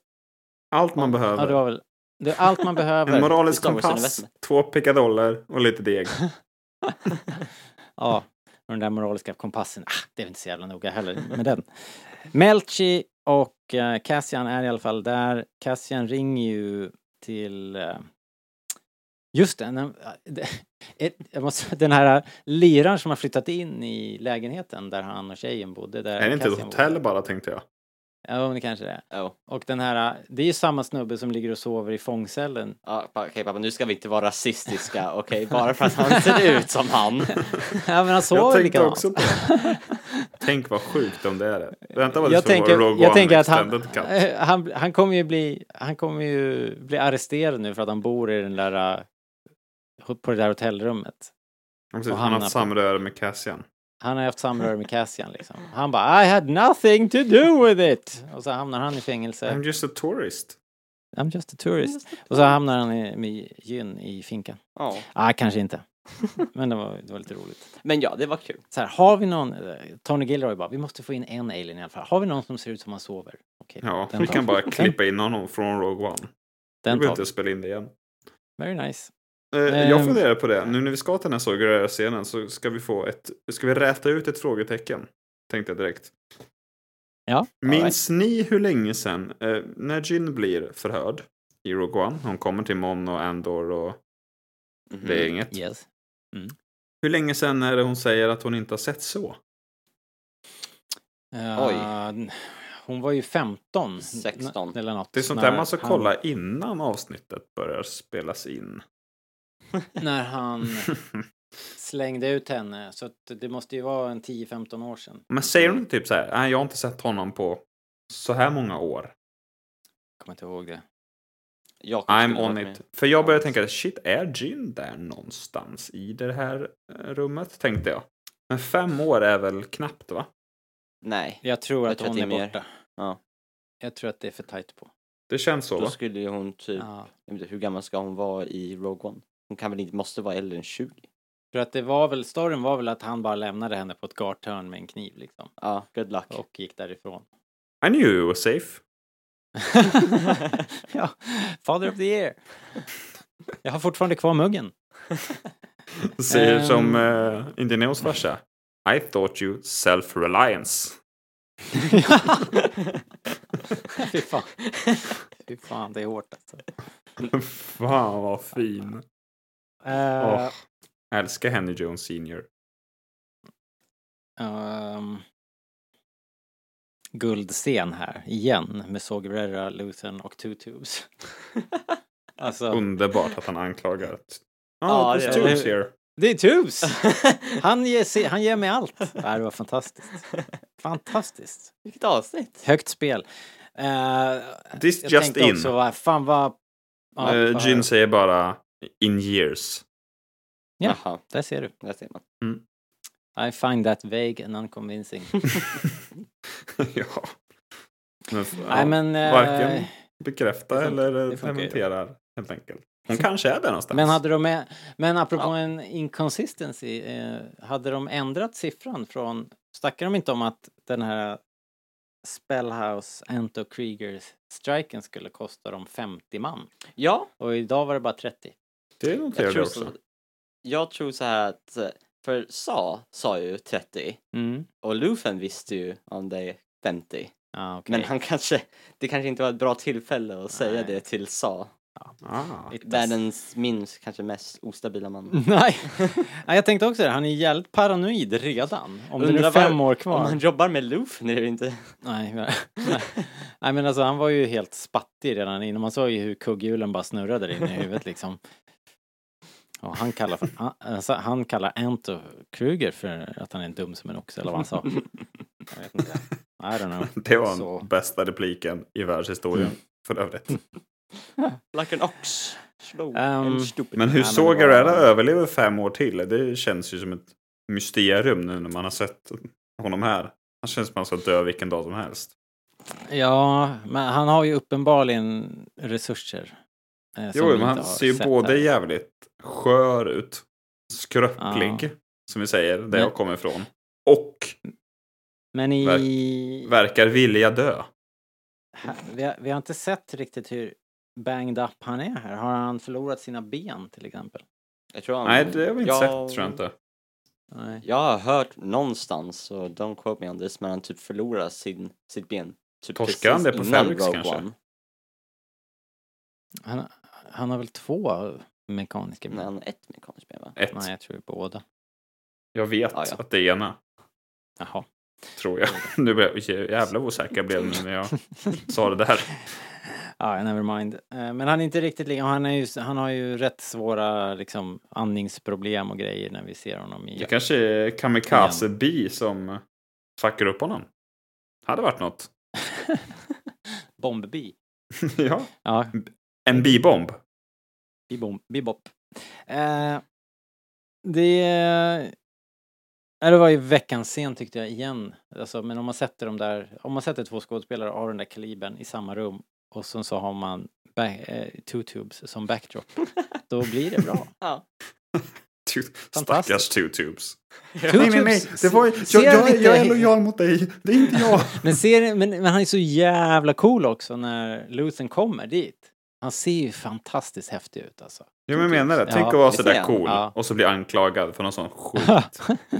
Speaker 4: Allt man behöver.
Speaker 1: Ja, det var väl det är allt man
Speaker 4: En
Speaker 1: behöver.
Speaker 4: moralisk
Speaker 3: Star Wars
Speaker 4: kompass,
Speaker 3: investment.
Speaker 4: två pickadoller och lite deg.
Speaker 1: ja. Och den där moraliska kompassen, ah, det är väl inte så jävla noga heller med den. Melchi och eh, Cassian är i alla fall där. Cassian ringer ju till... eh, Just det, när- eh, ett- jag måste- den här liraren som har flyttat in i lägenheten där han och tjejen bodde. Där
Speaker 4: Är det inte ett
Speaker 1: Cassian bodde.
Speaker 4: hotell bara tänkte jag?
Speaker 1: Ja, men det kanske det är. Och den här, det är ju samma snubbe som ligger och sover i fångcellen.
Speaker 3: Ja, pa- Okej pappa, nu ska vi inte vara rasistiska, okej? Bara för att han ser ut som han.
Speaker 1: ja, men han
Speaker 4: jag
Speaker 1: sover
Speaker 4: tänkte
Speaker 1: likadant.
Speaker 4: också på Tänk vad sjukt om det är det. Vänta vad det
Speaker 1: Jag
Speaker 4: står
Speaker 1: tänker,
Speaker 4: Rogue
Speaker 1: jag
Speaker 4: One
Speaker 1: tänker att han, Eh,
Speaker 4: Extended Cut.
Speaker 1: han, han kommer ju bli, han kommer ju bli arresterad nu för att han bor i den där, eh, på det där hotellrummet.
Speaker 4: Precis,
Speaker 1: Och
Speaker 4: han har
Speaker 1: hamnar
Speaker 4: haft
Speaker 1: på-
Speaker 4: samröre med Cassian.
Speaker 1: Han har haft samröre med Cassian liksom. Han bara I had nothing to do with it! Och så hamnar han i fängelse.
Speaker 4: I'm just a tourist.
Speaker 1: I'm just a tourist. Och så hamnar han i, med gyn i finkan.
Speaker 3: Ja.
Speaker 1: Ah, kanske inte. Men det var, det var lite roligt.
Speaker 3: Men ja, det var kul.
Speaker 1: Så här, har vi någon, eh, Tony Gilroy bara, vi måste få in en alien i alla fall. Har vi någon som ser ut som han sover? Okej,
Speaker 4: Ja,
Speaker 1: den
Speaker 4: vi
Speaker 1: tar
Speaker 4: kan bara
Speaker 1: Den-
Speaker 4: klippa in honom från Rogue One.
Speaker 1: Den
Speaker 4: Den
Speaker 1: tar
Speaker 4: behöver inte
Speaker 1: vi.
Speaker 4: spela in det igen.
Speaker 1: Very nice.
Speaker 4: Eh,
Speaker 1: Ehm.
Speaker 4: Jag funderar på det. Nu när vi ska till den här Sogerera-scenen så ska vi få ett... Ska vi räta ut ett frågetecken? Tänkte jag direkt.
Speaker 1: Ja.
Speaker 4: Minns ni hur länge sedan eh, när Jin blir förhörd i Rogue One? Hon kommer till Mon och Andor och
Speaker 3: Mhm.
Speaker 4: det är inget.
Speaker 1: Yes. Mm.
Speaker 4: Hur länge sedan är det hon säger att hon inte har sett så?
Speaker 1: Oj. Eh, Hon var ju 15.
Speaker 3: 16.
Speaker 1: Eller något.
Speaker 4: Det är sånt
Speaker 1: när
Speaker 4: där man ska
Speaker 1: han-
Speaker 4: kolla innan avsnittet börjar spelas in.
Speaker 1: När han slängde ut henne. Så att det måste ju vara en 10-15 år sedan.
Speaker 4: Men säger
Speaker 3: Mm.
Speaker 4: hon inte typ så här, nej jag har inte sett honom på så här många år.
Speaker 1: Kommer inte ihåg det.
Speaker 3: Jakob
Speaker 4: I'm
Speaker 3: skulle
Speaker 4: on
Speaker 3: varit
Speaker 4: it.
Speaker 3: med.
Speaker 4: För jag började tänka, shit, är Jin där någonstans i det här eh, rummet? Tänkte jag. Men fem år är väl knappt va?
Speaker 3: Nej.
Speaker 1: Jag tror
Speaker 3: Jag
Speaker 1: att
Speaker 3: tror att
Speaker 1: hon är,
Speaker 3: det är mer.
Speaker 1: borta.
Speaker 3: Ja. Typ.
Speaker 1: Jag tror att det är för tajt på.
Speaker 4: Det känns så
Speaker 3: Då
Speaker 4: va?
Speaker 3: skulle ju hon typ,
Speaker 1: Ja.
Speaker 3: jag vet inte, hur gammal ska hon vara i Rogue One? Hon kan väl inte, måste vara äldre än 20?
Speaker 1: För att det var väl, storyn var väl att han bara lämnade henne på ett garthörn med en kniv liksom.
Speaker 3: Ja, good luck.
Speaker 1: Och gick därifrån.
Speaker 4: I knew you were safe.
Speaker 1: ja, father of the year. Jag har fortfarande kvar muggen.
Speaker 4: Säger
Speaker 1: Ehm.
Speaker 4: som uh, Indianeos farsa. I thought you self-reliance.
Speaker 1: Fy fan. Fy fan, det är hårt alltså.
Speaker 4: Fan vad fin.
Speaker 1: Eh,
Speaker 4: Åh, älskar Henry Jones senior.
Speaker 1: Ehm, guldscen här igen med Sogerera, Luthen och Two Tubes.
Speaker 4: Mm.
Speaker 1: alltså,
Speaker 4: Underbart att han anklagar. att,
Speaker 1: Ja,
Speaker 4: Ja,
Speaker 1: det-
Speaker 4: det tubes here.
Speaker 1: det är Tubes! Han ger, se- han ger mig allt. Nej, det var fantastiskt. Fantastiskt.
Speaker 3: Vilket avsnitt!
Speaker 1: Högt spel. Eh,
Speaker 4: This
Speaker 1: jag
Speaker 4: just
Speaker 1: tänkte
Speaker 4: in.
Speaker 1: också, vad fan vad... Ja,
Speaker 4: Eh,
Speaker 1: vad-
Speaker 4: Jin säger bara in years.
Speaker 1: Ja.
Speaker 3: Jaha,
Speaker 1: Där ser du.
Speaker 3: där ser man.
Speaker 1: I find that vague and unconvincing.
Speaker 4: ja. Men,
Speaker 1: Nej, men, eh,
Speaker 4: varken bekräfta
Speaker 1: det funkar-
Speaker 4: eller
Speaker 1: det funkar ju.
Speaker 4: dementera helt enkelt. Hon kanske är där någonstans.
Speaker 1: Men hade de med, men apropå en inconsistency, eh, hade de ändrat siffran från, snackar de inte om att den här Spellhouse Anto Krieger striken skulle kosta dem 50 man?
Speaker 3: Ja,
Speaker 1: Och idag var det bara 30.
Speaker 4: Det
Speaker 3: jag
Speaker 4: noterar
Speaker 3: tror,
Speaker 4: jag
Speaker 3: så,
Speaker 4: också.
Speaker 3: jag tror så här att, eh, för Sa sa ju 30
Speaker 1: Mm.
Speaker 3: och Lufen visste ju om det 50.
Speaker 1: Ah, okay.
Speaker 3: Men han kanske, det kanske inte var ett bra tillfälle att säga det till Sa.
Speaker 4: Ah.
Speaker 3: Världens minst, kanske mest ostabila
Speaker 4: Mm.
Speaker 3: man.
Speaker 1: Nej. Nej, jag tänkte också det. Han är jävligt paranoid redan. Om det nu är
Speaker 3: vad-
Speaker 1: fem år kvar.
Speaker 3: Om han jobbar med Lufen är det inte.
Speaker 1: Nej, men, nej. nej, men alltså han var ju helt spattig redan innan. Man såg ju hur kugghjulen bara snurrade där inne i huvudet liksom. Och han kallar, för, han, alltså, han kallar Anto Kruger för att han är dum som en oxe eller vad han sa. Jag vet inte. I don't know.
Speaker 4: Det var
Speaker 1: Så. Mm.
Speaker 4: den bästa repliken i världshistorien. För övrigt.
Speaker 3: Like an ox.
Speaker 1: Ehm,
Speaker 3: Slow and stupid.
Speaker 4: Men hur
Speaker 1: Nej, men det
Speaker 4: såg
Speaker 1: var-
Speaker 4: Guerrera överlever fem år till? Det känns ju som ett mysterium nu när man har sett honom här. Han känns som att han ska dö vilken dag som helst.
Speaker 1: Ja, men han har ju uppenbarligen resurser. eh, som
Speaker 4: jo,
Speaker 1: vi
Speaker 4: men
Speaker 1: inte
Speaker 4: han
Speaker 1: har
Speaker 4: ser ju
Speaker 1: sett
Speaker 4: både
Speaker 1: här.
Speaker 4: jävligt skör ut, skröplig,
Speaker 1: Ja.
Speaker 4: som vi säger, där
Speaker 1: Men-
Speaker 4: jag kommer ifrån, och
Speaker 1: Men i...
Speaker 4: verkar vilja dö.
Speaker 1: Här- Vi har, vi har inte sett riktigt hur banged up han är här. Har han förlorat sina ben till exempel?
Speaker 3: Jag tror han,
Speaker 4: Nej, det har vi inte
Speaker 3: jag,
Speaker 4: sett, tror jag inte.
Speaker 3: Jag har hört någonstans, och don't quote me on this, men han typ förlorar sin, sitt ben. Typ
Speaker 4: Torskar han
Speaker 3: precis
Speaker 4: det på
Speaker 3: innan
Speaker 4: Ferrix
Speaker 3: Rogue
Speaker 4: kanske?
Speaker 3: One.
Speaker 1: Han, han har väl två mekaniska ben?
Speaker 3: Nej, han har ett mekaniskt ben va?
Speaker 4: Ett.
Speaker 1: Nej, jag tror båda.
Speaker 4: Jag vet att det är ena.
Speaker 1: Jaha.
Speaker 4: Tror jag. Nu blev jag jävla osäker jag blev nu när jag sa det där.
Speaker 1: Ja, never mind. Eh, Men han är inte riktigt lika, han, är ju, han har ju rätt svåra liksom, andningsproblem och grejer när vi ser honom i...
Speaker 4: Det kanske är Kamikaze Bee som fuckar upp honom. Hade varit något.
Speaker 1: Bombbi.
Speaker 4: ja.
Speaker 1: ja. Mm.
Speaker 4: En bibomb.
Speaker 1: Bibom, bibop. Eh, det... Nej, det var ju veckans scen tyckte jag igen. Alltså, men om man sätter de där, om man sätter två skådespelare av den där kalibern i samma rum och sen så har man ba- eh, two tubes som backdrop, då blir det bra.
Speaker 3: Ja.
Speaker 4: Stackars two tubes.
Speaker 1: Two
Speaker 4: nej, nej, nej.
Speaker 1: Tubes.
Speaker 4: Det var, jag,
Speaker 1: Ser han
Speaker 4: jag,
Speaker 1: inte-
Speaker 4: jag är lojal mot dig. Det är inte jag.
Speaker 1: men, ser, ni- men, men han är så jävla cool också när Luthen kommer dit. Han ser ju fantastiskt häftig ut alltså.
Speaker 4: Jo, men jag menar det. Tänk
Speaker 1: Ja,
Speaker 4: att vara
Speaker 1: det
Speaker 4: sådär
Speaker 1: ser
Speaker 4: cool
Speaker 1: han. Ja.
Speaker 4: och så bli anklagad för någon sån skit.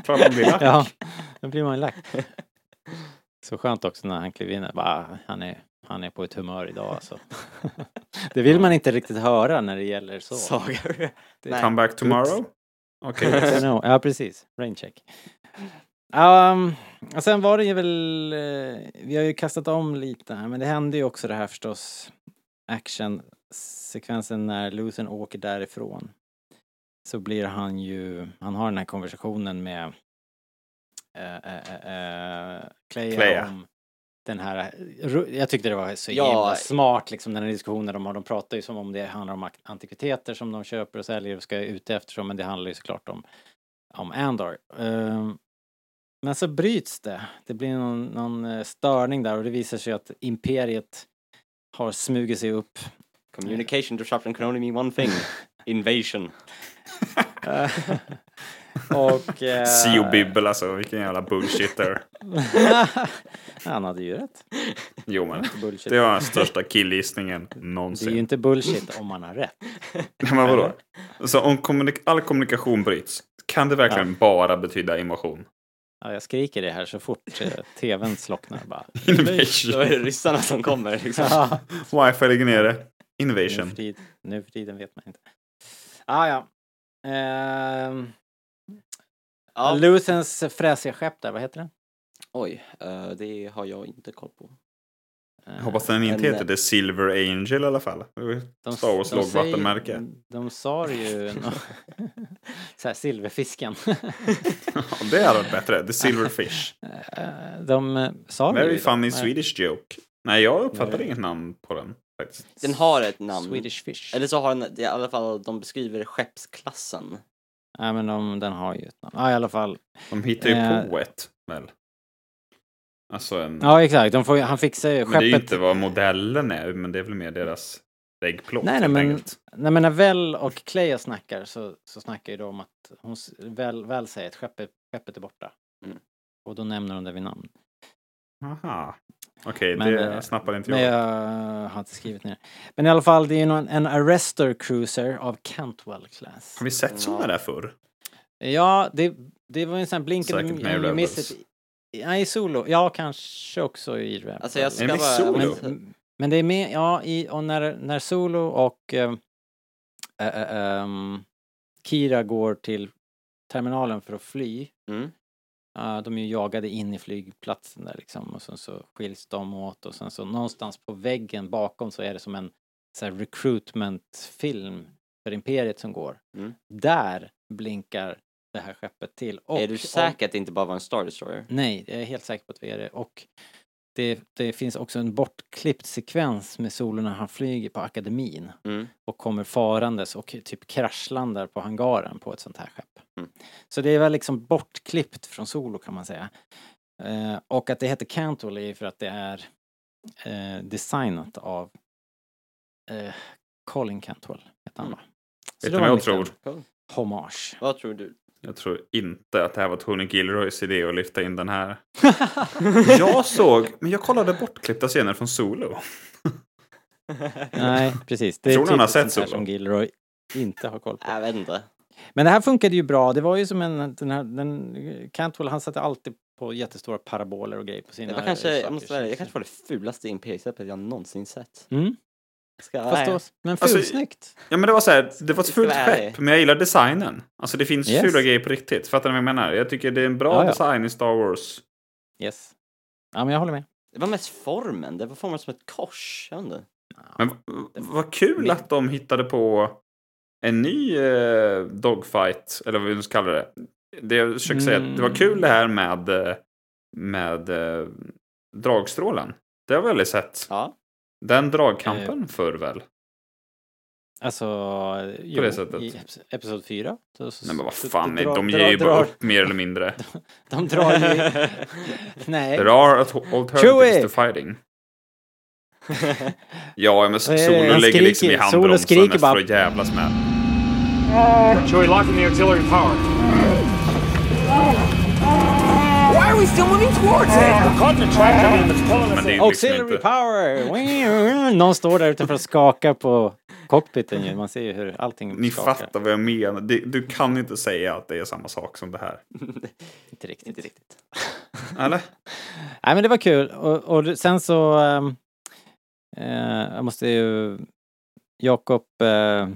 Speaker 4: Klart man blir lack.
Speaker 1: Ja, då blir man lack. Så skönt också när han klev in och bara, han är, han är på ett humör idag alltså. Det vill man inte riktigt höra när det gäller så.
Speaker 3: Sagor.
Speaker 1: Det-
Speaker 4: Come back tomorrow?
Speaker 1: Oops.
Speaker 4: Okej.
Speaker 1: I know. Ja, precis. Raincheck. Um, och sen var det ju väl, eh, vi har ju kastat om lite här, men det hände ju också det här förstås, actionsekvensen när Luthen åker därifrån. Så blir han ju, han har den här konversationen med eh, eh, eh, eh, Clay
Speaker 4: Clea.
Speaker 1: om den här, ru- jag tyckte det var så
Speaker 3: Ja.
Speaker 1: himla smart liksom den här diskussionen de har, de pratar ju som om det handlar om ak- antikviteter som de köper och säljer och ska ut eftersom, men det handlar ju såklart om, om Andor. Ehm, men så bryts det. Det blir någon, någon eh, störning där och det visar sig att imperiet har smugit sig upp.
Speaker 3: Communication disruption can only mean one thing. Invasion.
Speaker 1: Eh, och... eh,
Speaker 4: Sio Bibbel alltså, vilken jävla bullshitter.
Speaker 1: Han hade ju rätt.
Speaker 4: Jo men,
Speaker 1: Bullshit.
Speaker 4: det var den största killgissningen
Speaker 1: Det är ju
Speaker 4: någonsin.
Speaker 1: inte bullshit om man har rätt.
Speaker 4: Men vadå? Så om kommunik- all kommunikation bryts, kan det verkligen bara betyda invasion?
Speaker 1: Ja, jag skriker det här så fort eh, tvn slocknar bara.
Speaker 4: Invasion.
Speaker 3: Då är det ryssarna som kommer liksom.
Speaker 1: Ja,
Speaker 4: Wifi ligger nere.
Speaker 1: nu,
Speaker 4: Invasion.
Speaker 1: för tid, nu för tiden vet man inte. Ah, ja. Ehm,
Speaker 3: Ja.
Speaker 1: Luthens fräsiga skepp där, vad heter det?
Speaker 3: Oj, eh, det har jag inte koll på.
Speaker 1: Eh,
Speaker 4: Jag hoppas den inte
Speaker 3: en-
Speaker 4: heter The Silver Angel i alla fall. Det var ju
Speaker 1: De-
Speaker 4: Star Wars
Speaker 1: de säger-
Speaker 4: lågvattenmärke.
Speaker 1: De sa det ju... nå- så här, silverfisken.
Speaker 4: Ja, det hade varit bättre. The Silverfish.
Speaker 1: Eh, de eh, sa det ju.
Speaker 4: Very
Speaker 1: idag.
Speaker 4: funny
Speaker 1: Nej.
Speaker 4: Swedish joke. Nej, jag uppfattade
Speaker 1: Nej.
Speaker 4: inget namn på den faktiskt.
Speaker 3: Den har ett namn.
Speaker 1: Swedish fish.
Speaker 3: Eller så har den, det är i alla fall, de beskriver skeppsklassen.
Speaker 1: Nej, men de, den har ju ett namn. Ja, i alla fall.
Speaker 4: De hittar ju
Speaker 1: Eh.
Speaker 4: på ett, väl? Alltså en...
Speaker 1: Ja, exakt. De får, ju- han fixar ju
Speaker 4: Men det är ju
Speaker 1: skeppet.
Speaker 4: inte vad modellen är, men det är väl mer deras läggplåt
Speaker 1: Nej, nej,
Speaker 4: helt
Speaker 1: men,
Speaker 4: enkelt.
Speaker 1: nej, men när Väl och Clea snackar så, så snackar ju de om att hon, s- väl, väl säger att skeppet, skeppet är borta.
Speaker 3: Mm.
Speaker 1: Och då nämner de det vid namn.
Speaker 4: Aha. Okej,
Speaker 1: Men, eh,
Speaker 4: det snappade inte
Speaker 1: Men
Speaker 4: jag.
Speaker 1: jag har inte skrivit ner det. Men i alla fall, det är ju någon, en Arrestor Cruiser av Cantwell Class.
Speaker 4: Har vi sett sådana där förr?
Speaker 1: Ja, det, det var ju en sån här
Speaker 4: Säkert
Speaker 1: blinkande...
Speaker 4: med i
Speaker 1: you miss
Speaker 4: Rebels.
Speaker 1: it. Nej, i solo. Ja, kanske också i Rebels.
Speaker 3: Alltså jag ska
Speaker 4: Är det
Speaker 3: bara...
Speaker 4: Solo?
Speaker 1: Men, men det är med, ja, i, och när, när Solo och eh, eh, eh, ehm, Kira går till terminalen för att fly.
Speaker 3: Mm.
Speaker 1: eh, de är ju jagade in i flygplatsen där liksom och sen så skiljs de åt och sen så någonstans på väggen bakom så är det som en så här recruitment-film för Imperiet som går.
Speaker 3: Mm.
Speaker 1: Där blinkar det här skeppet till. Och
Speaker 3: är du
Speaker 1: om-
Speaker 3: säker att det inte bara var en Star Destroyer?
Speaker 1: Nej, jag är helt säker på att vi är det. Och det, det finns också en bortklippt sekvens med Solo när han flyger på akademin
Speaker 3: Mm.
Speaker 1: och kommer farandes och typ kraschlandar på hangaren på ett sånt här skepp.
Speaker 3: Mm.
Speaker 1: Så det är väl liksom bortklippt från Solo kan man säga. Eh, och att det heter Cantwell är ju för att det är eh, designat av eh, Colin Cantwell, heter han va? Så det
Speaker 4: Mm. Vet du
Speaker 1: var
Speaker 4: vad jag
Speaker 1: liksom
Speaker 4: tror?
Speaker 3: Cool.
Speaker 1: Hommage.
Speaker 3: Vad tror du?
Speaker 4: Jag tror inte att det här var Tony Gilroys idé att lyfta in den här. jag såg, men jag kollade bortklippta scener från Solo.
Speaker 1: Nej, precis. Det är
Speaker 4: Tror ni han har
Speaker 1: typiskt
Speaker 4: sett
Speaker 1: typ sånt här
Speaker 4: Solo?
Speaker 1: som Gilroy inte har koll på.
Speaker 3: Jag vet inte.
Speaker 1: Men det här funkade ju bra. Det var ju som en... Den här, den, Cantwell, han satte alltid på jättestora paraboler och grejer på sina
Speaker 3: Det var kanske,
Speaker 1: saker.
Speaker 3: jag måste säga, det kanske var det fulaste imperiet jag någonsin sett.
Speaker 1: Mm.
Speaker 3: Ska,
Speaker 1: Fast då- men
Speaker 3: Alltså-
Speaker 1: fulsnyggt.
Speaker 4: Ja men det var så här, det var ett
Speaker 3: Ska vi
Speaker 4: fult
Speaker 3: vara ärlig?
Speaker 4: skepp, men jag gillar designen. Alltså det finns
Speaker 1: Yes.
Speaker 4: fula grejer på riktigt, fattar ni vad jag menar? Jag tycker det är en bra
Speaker 1: Ja, ja.
Speaker 4: design i Star Wars.
Speaker 1: Yes. Ja, men jag håller med.
Speaker 3: Det var mest formen, det var formen som ett kors. Jag vet inte.
Speaker 4: Men v- vad kul att de hittade på en ny eh, dogfight, eller vad vi nu ska kalla det. Det jag försöker säga, att det var kul det här med, eh, med eh, dragstrålen. Det har vi aldrig sett. Den
Speaker 1: Eh,
Speaker 4: dragkampen förr väl?
Speaker 1: Alltså...
Speaker 4: På det sättet.
Speaker 1: Episod 4. Så, så,
Speaker 4: Nej men vad
Speaker 1: så-
Speaker 4: fan,
Speaker 1: dra-
Speaker 4: de
Speaker 1: dra-
Speaker 4: ger ju bara
Speaker 1: drar-
Speaker 4: upp mer eller mindre.
Speaker 1: De drar ju... Nej.
Speaker 4: There are at-
Speaker 1: Chewie!
Speaker 4: alternatives to fighting. ja, men
Speaker 1: Eh,
Speaker 4: Solo
Speaker 1: han
Speaker 4: lägger liksom i
Speaker 1: skriker. Solo
Speaker 4: handbromsen
Speaker 1: skriker
Speaker 4: mest
Speaker 1: bara.
Speaker 4: för att jävlas med.
Speaker 14: Chewie, lock in the auxiliary power.
Speaker 6: Why are we still moving towards it?
Speaker 4: Men det är ju liksom
Speaker 1: Auxiliary
Speaker 4: inte...
Speaker 1: power! Någon står där utanför och skakar på cockpiten ju. Man ser ju hur allting
Speaker 4: Ni
Speaker 1: skakar.
Speaker 4: fattar vad jag menar. Det, du kan inte säga att det är samma sak som det här.
Speaker 1: Inte riktigt. Inte riktigt.
Speaker 4: Eller?
Speaker 1: Nej men det var kul. Och, och sen så... ehm, eh, jag måste ju... Jakob eh, eh,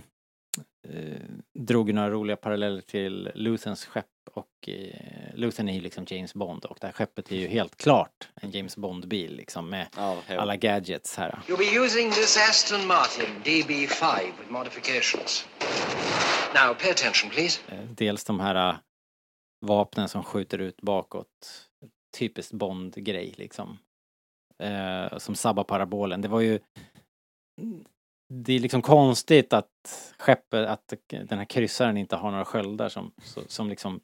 Speaker 1: drog ju några roliga paralleller till Luthens skepp och eh, Luthen är ju liksom James Bond och det här skeppet är ju helt klart en James Bond-bil liksom med alla gadgets här.
Speaker 15: You'll be using this Aston Martin DB5 with modifications. Now, pay attention, please.
Speaker 1: Eh, dels de här äh, vapnen som skjuter ut bakåt. Typiskt Bond-grej liksom. Eh, som sabbar parabolen. Det var ju... Det är liksom konstigt att skeppet, att den här kryssaren inte har några sköldar som, så- som liksom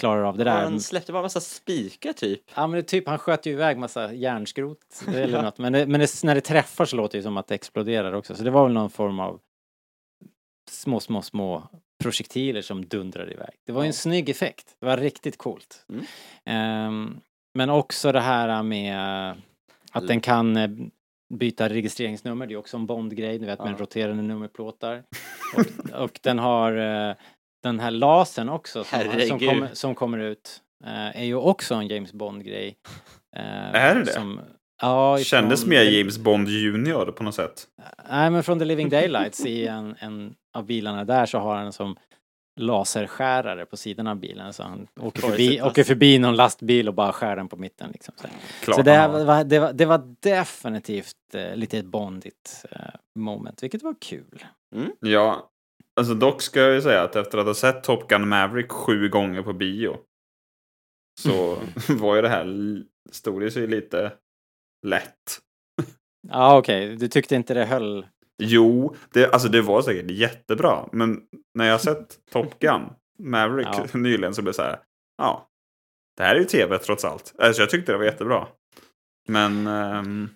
Speaker 1: klarar av det
Speaker 3: Ja,
Speaker 1: där.
Speaker 3: Han släppte bara massa spikar typ.
Speaker 1: Ja men det är typ, han sköt ju iväg massa järnskrot eller något. Men, det, men det, när det träffar så låter det ju som att det exploderar också. Så det var väl någon form av små, små, små projektiler som dundrade iväg. Det var ju en snygg effekt. Det var riktigt coolt. Ehm, men också det här med att den kan eh, byta registreringsnummer. Det är också en Bond-grej, du vet med
Speaker 3: Ja.
Speaker 1: roterande nummerplåtar. och, och den har eh, den här lasen också som, som,
Speaker 3: Herregud.
Speaker 1: kommer, som kommer ut. eh, är ju också en James Bond-grej. eh,
Speaker 4: Är det det?
Speaker 1: ja, ifrån-
Speaker 4: Kändes mer James Bond Junior på något sätt.
Speaker 1: Nej, men från The Living Daylights i en, en av bilarna där så har han som laserskärare på sidan av bilen så han åker
Speaker 3: Korset,
Speaker 1: förbi,
Speaker 3: alltså.
Speaker 1: åker förbi någon lastbil och bara skär den på mitten. Liksom, så här.
Speaker 3: Klart
Speaker 1: så det,
Speaker 3: han
Speaker 1: här
Speaker 3: har.
Speaker 1: var, det, var, det var definitivt eh, lite ett bondigt eh, moment, vilket var kul.
Speaker 4: Ja, alltså dock ska jag ju säga att efter att ha sett Top Gun Maverick sju gånger på bio så
Speaker 1: Mm.
Speaker 4: var ju det här, l- stod det sig lite lätt.
Speaker 1: Ja, okej, du tyckte inte det höll.
Speaker 4: Jo, det, alltså det var säkert jättebra, men när jag har sett Top Gun Maverick
Speaker 1: Ja.
Speaker 4: nyligen så blev det så här, ja, det här är ju tv trots allt. Alltså jag tyckte det var jättebra. Men, ehm,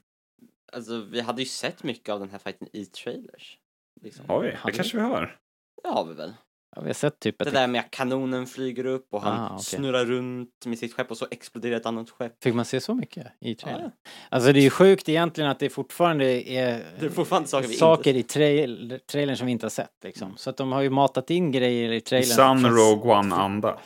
Speaker 3: Alltså vi hade ju sett mycket av den här fighten i trailers. Liksom.
Speaker 4: har vi? Det kanske vi har.
Speaker 3: Det har vi väl.
Speaker 1: Ja, vi har sett typ
Speaker 3: Det
Speaker 1: ett...
Speaker 3: där med att kanonen flyger upp och han
Speaker 1: Ah, okej.
Speaker 3: snurrar runt med sitt skepp och så exploderar ett annat skepp.
Speaker 1: Fick man se så mycket i trailern? Alltså det är ju sjukt egentligen att det fortfarande är,
Speaker 3: Det är fortfarande saker vi
Speaker 1: Mm. saker i trail, trailern som vi inte har sett liksom. Så att de har ju matat in grejer i
Speaker 4: I
Speaker 1: trailern.
Speaker 4: sann
Speaker 1: Fast-
Speaker 4: Rogue One-anda.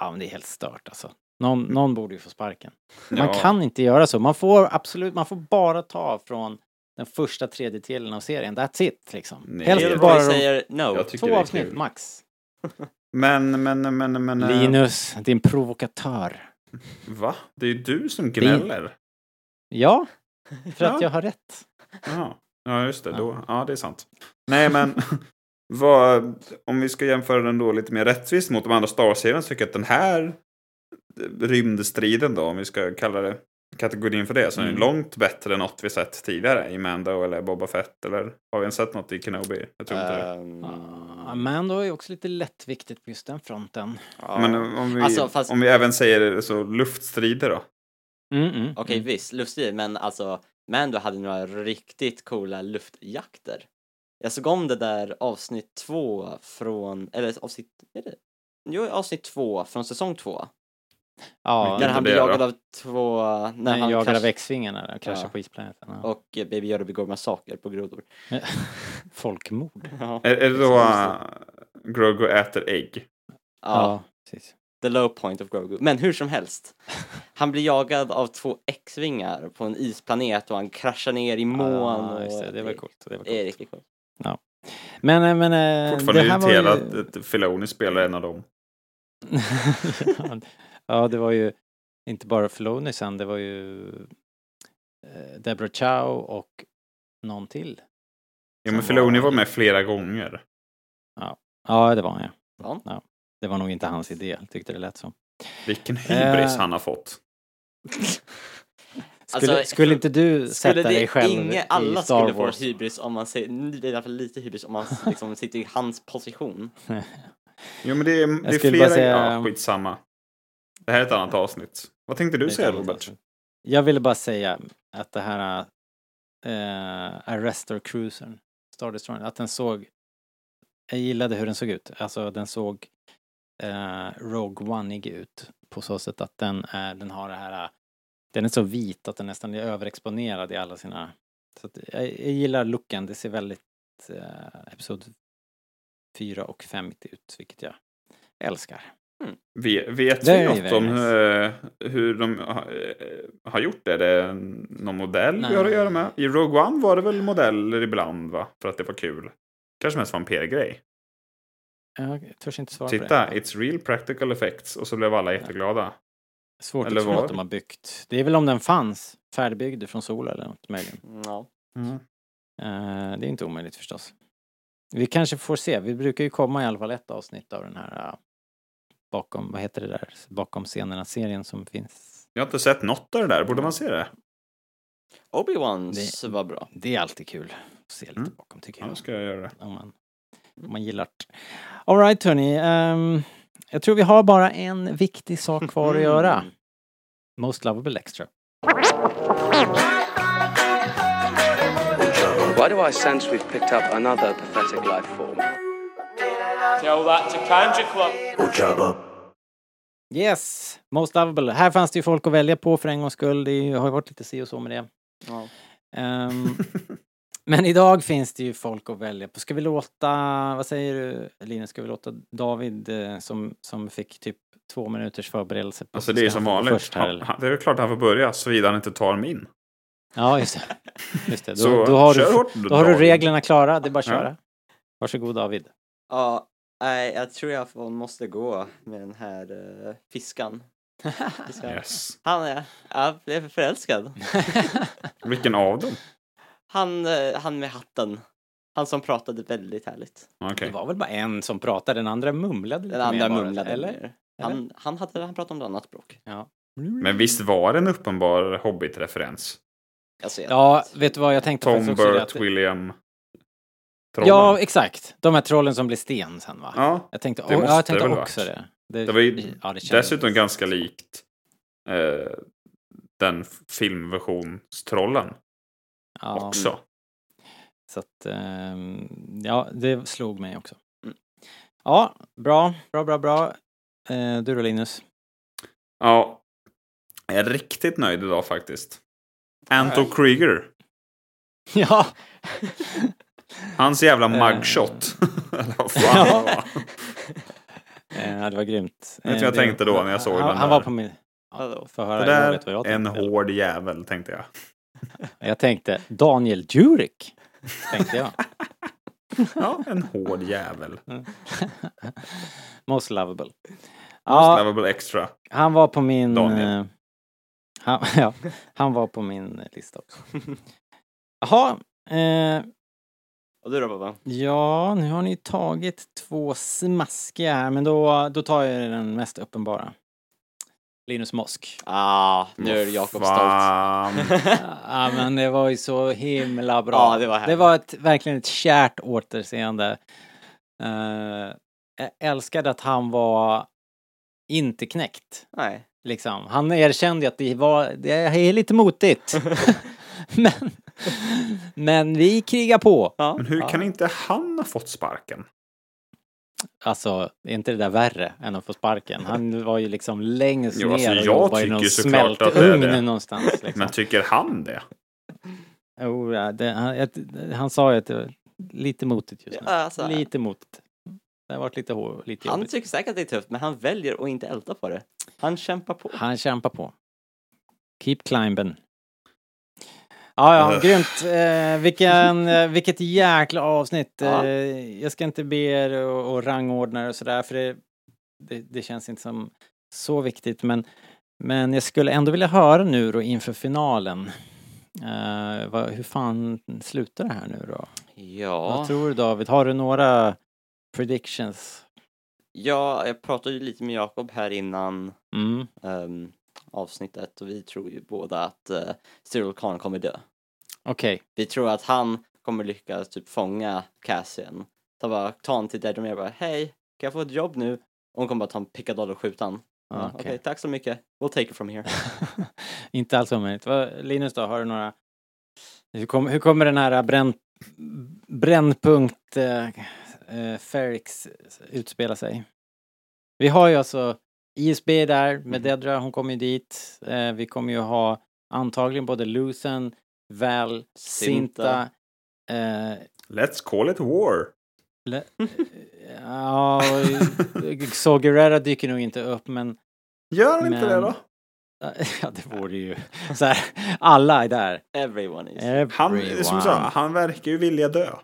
Speaker 1: Ja, men det är helt stört alltså. Någon, någon borde ju få sparken. Man
Speaker 4: Ja.
Speaker 1: kan inte göra så. Man får absolut, man får bara ta från den första tredjedelen av serien. That's it liksom.
Speaker 4: Nej.
Speaker 1: Helst
Speaker 4: Hellre
Speaker 1: bara
Speaker 4: bara
Speaker 1: de-
Speaker 4: säger no. Jag tycker det
Speaker 1: Två
Speaker 4: är
Speaker 1: avsnitt
Speaker 4: kul.
Speaker 1: max.
Speaker 4: Men, men, men, men... eh,
Speaker 1: Linus, din provokatör.
Speaker 4: Va? Det är ju du som
Speaker 1: Det-
Speaker 4: gnäller.
Speaker 1: Ja, för
Speaker 4: Ja.
Speaker 1: att jag har rätt.
Speaker 4: Ja, ja just det. Då. Ja, det är sant. Nej, men vad, om vi ska jämföra den då lite mer rättvist mot de andra Star Wars-serierna så tycker jag att den här rymdstriden då, om vi ska kalla det kategorin för det, så är den
Speaker 1: Mm.
Speaker 4: långt bättre än något vi sett tidigare i Mando eller Boba Fett eller har vi ens sett något i Kenobi? Jag tror
Speaker 1: Eh,
Speaker 4: inte det.
Speaker 3: Ehm,
Speaker 1: Amanda är ju också lite lättviktigt på just den fronten.
Speaker 4: Men eh, om vi,
Speaker 3: Alltså, fast-
Speaker 4: om vi även säger så luftstrider då? Mm,
Speaker 3: Okej
Speaker 1: mm.
Speaker 3: visst, lustigt men alltså Mando hade några riktigt coola luftjakter. Jag såg om det där avsnitt två från, eller avsnitt, är det? Jo, avsnitt två från säsong två.
Speaker 1: Ja,
Speaker 3: när han
Speaker 1: det
Speaker 3: blir
Speaker 1: är det
Speaker 3: jagad
Speaker 1: då.
Speaker 3: av två, när
Speaker 1: Nej,
Speaker 3: han
Speaker 1: jagad av
Speaker 3: krasch-
Speaker 1: X-vingen när han kraschar på isplaneten. Ja.
Speaker 3: Och eh, Baby Yoda begår massaker på grodor.
Speaker 1: Folkmord.
Speaker 3: Ja.
Speaker 4: Är, är det då eh, Grogu äter ägg. Eh,
Speaker 3: Ja, precis. The low point of Grogu. Men hur som helst. Han blir jagad av två X-vingar på en isplanet och han kraschar ner i moln.
Speaker 1: Ah, just det.
Speaker 3: och
Speaker 1: Det var coolt, det var
Speaker 3: är riktigt coolt.
Speaker 1: Ja. Men, eh, men... eh,
Speaker 4: Fortfarande
Speaker 1: det här var ju-
Speaker 4: irriterad att att Filoni spelar en av dem.
Speaker 1: ja, det var ju inte bara Filoni sen, det var ju eh, Deborah Chow och någon till.
Speaker 4: Jo, men Filoni var med flera gånger.
Speaker 1: Ja, det var han
Speaker 3: Var han?
Speaker 1: ja. ja. Det var nog inte hans idé, tyckte det lät som.
Speaker 4: Vilken hybris
Speaker 1: Eh.
Speaker 4: han har fått.
Speaker 1: Skulle, skulle inte du sätta
Speaker 3: Alltså, Skulle det
Speaker 1: dig själv
Speaker 3: Inge,
Speaker 1: i
Speaker 3: alla
Speaker 1: Star
Speaker 3: skulle
Speaker 1: Wars?
Speaker 3: få hybris om man ser, i alla fall lite hybris om man liksom sitter i hans position.
Speaker 4: Jo, men det är, det är
Speaker 1: skulle
Speaker 4: flera...
Speaker 1: bara säga-
Speaker 4: Ja, skitsamma. Det här är ett annat avsnitt. Vad tänkte du
Speaker 1: Det är
Speaker 4: säga,
Speaker 1: ett annat
Speaker 4: Robert?
Speaker 1: avsnitt. Jag ville bara säga att det här eh, Arrestor Cruisern, Star Destroyer, att den såg... Jag gillade hur den såg ut. Alltså den såg eh, Rogue One-ig ut på så sätt att den, är, den har det här... eh, Den är så vit att den nästan är överexponerad i alla sina... Så att, jag, jag gillar looken, det ser väldigt eh, Episod 4 och 5 ut, vilket jag älskar.
Speaker 4: Ve- Vet
Speaker 1: Det
Speaker 4: vi
Speaker 1: är
Speaker 4: något
Speaker 1: väldigt
Speaker 4: om eh, hur de ha- eh, har gjort det? Är det någon modell vi
Speaker 1: Nej.
Speaker 4: har att göra med? I Rogue One var det väl modeller ibland, va? För att det var kul. Kanske mest var en PR-grej.
Speaker 1: Jag törs inte svara på det.
Speaker 4: Titta, it's real practical effects. Och så blev alla jätteglada.
Speaker 1: Svårt
Speaker 4: Eller
Speaker 1: att tro
Speaker 4: var
Speaker 1: att de
Speaker 4: det?
Speaker 1: har byggt. Det är väl om den fanns, färdigbyggd från Sol eller något möjligen.
Speaker 3: Ja.
Speaker 1: Mm. Eh, det är inte omöjligt förstås. Vi kanske får se, vi brukar ju komma i alla fall ett avsnitt av den här eh, bakom, vad heter det där, bakom scenerna-serien som finns.
Speaker 4: Jag har inte sett något av det där. Borde man se det?
Speaker 3: Obi-Wans var bra.
Speaker 1: Det är alltid kul att se lite bakom tycker jag.
Speaker 4: Mm. Ja, ska jag göra det.
Speaker 1: Om man, om man gillar det. Alright hörni, ehm, jag tror vi har bara en viktig sak kvar att göra.
Speaker 4: Mm.
Speaker 1: Most lovable extra.
Speaker 16: Why do I sense we've picked up another pathetic life form?
Speaker 14: Tell that to Kanja Club.
Speaker 1: Yes, Most Lovable. Här fanns det ju folk att välja på för en gångs skull. Det är ju- har ju varit lite si och så med det.
Speaker 3: Ja.
Speaker 1: Ehm, men idag finns det ju folk att välja på. Ska vi låta, vad säger du Linus, ska vi låta David eh, som, som fick typ två minuters förberedelse? På
Speaker 4: Alltså det är ju
Speaker 1: ska
Speaker 4: som
Speaker 1: han få gå
Speaker 4: vanligt.
Speaker 1: Först här,
Speaker 4: Han-
Speaker 1: eller?
Speaker 4: han- det är väl klart han får börja, såvida han inte tar min.
Speaker 1: Ja, just det. Just det. Då,
Speaker 4: Så,
Speaker 1: då har,
Speaker 4: kör
Speaker 1: du,
Speaker 4: hårt,
Speaker 1: då har du
Speaker 4: David.
Speaker 1: reglerna klara, det är bara att
Speaker 4: Ja.
Speaker 1: köra. Varsågod David.
Speaker 3: Ja, nej, jag tror jag får- måste gå med den här eh, fiskan. Fiskan.
Speaker 4: Yes.
Speaker 3: Han är, ja, jag är förälskad.
Speaker 4: Vilken av dem?
Speaker 3: han, eh, han med hatten. Han som pratade väldigt härligt.
Speaker 4: Okej.
Speaker 1: Det var väl bara en som pratade, den andra mumlade lite
Speaker 3: Den andra
Speaker 1: mer bara,
Speaker 3: mumlade
Speaker 1: eller?
Speaker 3: mer. Han, han, hade, han pratade om ett annat språk.
Speaker 1: Ja.
Speaker 4: Men visst var det en uppenbar Hobbit-referens?
Speaker 3: Alltså, jag-
Speaker 1: Ja, vet du vad jag tänkte
Speaker 4: Tom,
Speaker 1: faktiskt också det
Speaker 4: Bert,
Speaker 1: att-
Speaker 4: William...
Speaker 1: Ja, exakt. De här trollen som blir sten sen va?
Speaker 4: Ja,
Speaker 1: jag tänkte,
Speaker 4: det
Speaker 1: oh,
Speaker 4: måste
Speaker 1: jag tänkte
Speaker 4: det väl
Speaker 1: också
Speaker 4: varit.
Speaker 1: det.
Speaker 4: Det, var ju
Speaker 1: ja, det känns-
Speaker 4: dessutom ganska likt eh, den filmversionstrollen
Speaker 1: ja,
Speaker 4: också.
Speaker 1: Så att, ehm, ja, det slog mig också. Ja, bra, bra, bra, bra. Eh, du då Linus?
Speaker 4: Ja, jag är riktigt nöjd idag faktiskt. Anto Krieger,
Speaker 1: Ja,
Speaker 4: hans jävla
Speaker 1: Eh.
Speaker 4: mugshot. Eller vad fan det var.
Speaker 1: eh, det var grymt.
Speaker 4: Vet du vad
Speaker 1: Eh,
Speaker 4: jag
Speaker 1: det-
Speaker 4: tänkte då när jag såg
Speaker 1: han,
Speaker 4: den
Speaker 1: Han
Speaker 4: där?
Speaker 1: var på min... Ja, för höra,
Speaker 4: Det
Speaker 1: jag
Speaker 4: där
Speaker 1: vet vad jag
Speaker 4: är en
Speaker 1: tänkte.
Speaker 4: hård jävel, tänkte jag.
Speaker 1: Jag tänkte Daniel Djurek, tänkte jag.
Speaker 4: Ja, en hård jävel.
Speaker 1: Most lovable.
Speaker 4: Most
Speaker 1: Ja,
Speaker 4: lovable extra.
Speaker 1: han var på min...
Speaker 4: Daniel.
Speaker 1: eh, Han, ja, han var på min eh, lista också. Jaha, eh,
Speaker 3: Och du då pappa?
Speaker 1: ja, nu har ni tagit två smaskiga här, men då, då tar jag den mest uppenbara. Linus Mosk.
Speaker 3: Ah, nu är Jakob stolt.
Speaker 4: Fan.
Speaker 1: Ja, men det var ju så himla bra.
Speaker 3: Ja, det var härligt.
Speaker 1: det var ett, verkligen ett kärt återseende. Eh, jag älskade att han var inte knäckt.
Speaker 3: Nej.
Speaker 1: Liksom. Han erkände ju att det, var, det är lite motigt. men, men vi krigar på.
Speaker 4: Men hur kan inte han ha fått sparken?
Speaker 1: Alltså, är inte det där värre än att få sparken? Han var ju liksom längst
Speaker 4: Jo,
Speaker 1: ner
Speaker 4: alltså,
Speaker 1: och
Speaker 4: jag
Speaker 1: jobbade i
Speaker 4: tycker
Speaker 1: någon
Speaker 4: ju såklart att det är det.
Speaker 1: smältugn någonstans. Liksom. Oh,
Speaker 4: Men tycker han det?
Speaker 1: Jo, ja, det, han, jag, han sa ju att det var lite motigt just nu.
Speaker 3: Ja, alltså.
Speaker 1: Lite motigt. Det har varit lite, hår- lite
Speaker 3: Han
Speaker 1: jobbigt.
Speaker 3: tycker säkert att det är tufft, men han väljer att inte älta på det. Han kämpar på.
Speaker 1: Han kämpar på. Keep climbing. Ja, ja,
Speaker 3: Ugh.
Speaker 1: grymt. Eh, vilken, eh, vilket jäkla avsnitt.
Speaker 3: Ja.
Speaker 1: Eh, jag ska inte be er och, och rangordna det och sådär, för det, det, det känns inte som så viktigt. Men, men jag skulle ändå vilja höra nu då inför finalen. Eh, vad, hur fan slutar det här nu då?
Speaker 3: Ja.
Speaker 1: Vad tror du David? Har du några predictions?
Speaker 3: Ja, jag pratade ju lite med Jakob här innan
Speaker 1: Mm.
Speaker 3: ehm, avsnittet och vi tror ju båda att uh, Cyril Khan kommer dö.
Speaker 1: Okej.
Speaker 3: Vi tror att han kommer lyckas typ fånga Cassian. Så bara ta honom till Dead och jag bara hej, kan jag få ett jobb nu? Och hon kommer bara ta en pickadoll och skjuta honom. Ja, Okej,
Speaker 1: Ah, Okej.
Speaker 3: tack så mycket. We'll take it from here.
Speaker 1: Inte alls omöjligt. Vad- Linus då, har du några... Hur, kom, hur kommer den här bränn, brännpunkt eh, eh, Ferrix utspela sig? Vi har ju alltså ISB där med Dedra, hon kommer ju dit. Eh, vi kommer ju ha antagligen både Lucen, Val, Sinta.
Speaker 4: Sinta.
Speaker 1: Eh,
Speaker 4: Let's call it war.
Speaker 1: Le- ja, Sogerera dyker nog inte upp men... eh,
Speaker 4: Gör han inte det då?
Speaker 1: Ja, det vore ju... Så här, alla är där.
Speaker 3: Everyone is.
Speaker 1: Eh.
Speaker 4: Han, som jag sa, han verkar ju vilja dö.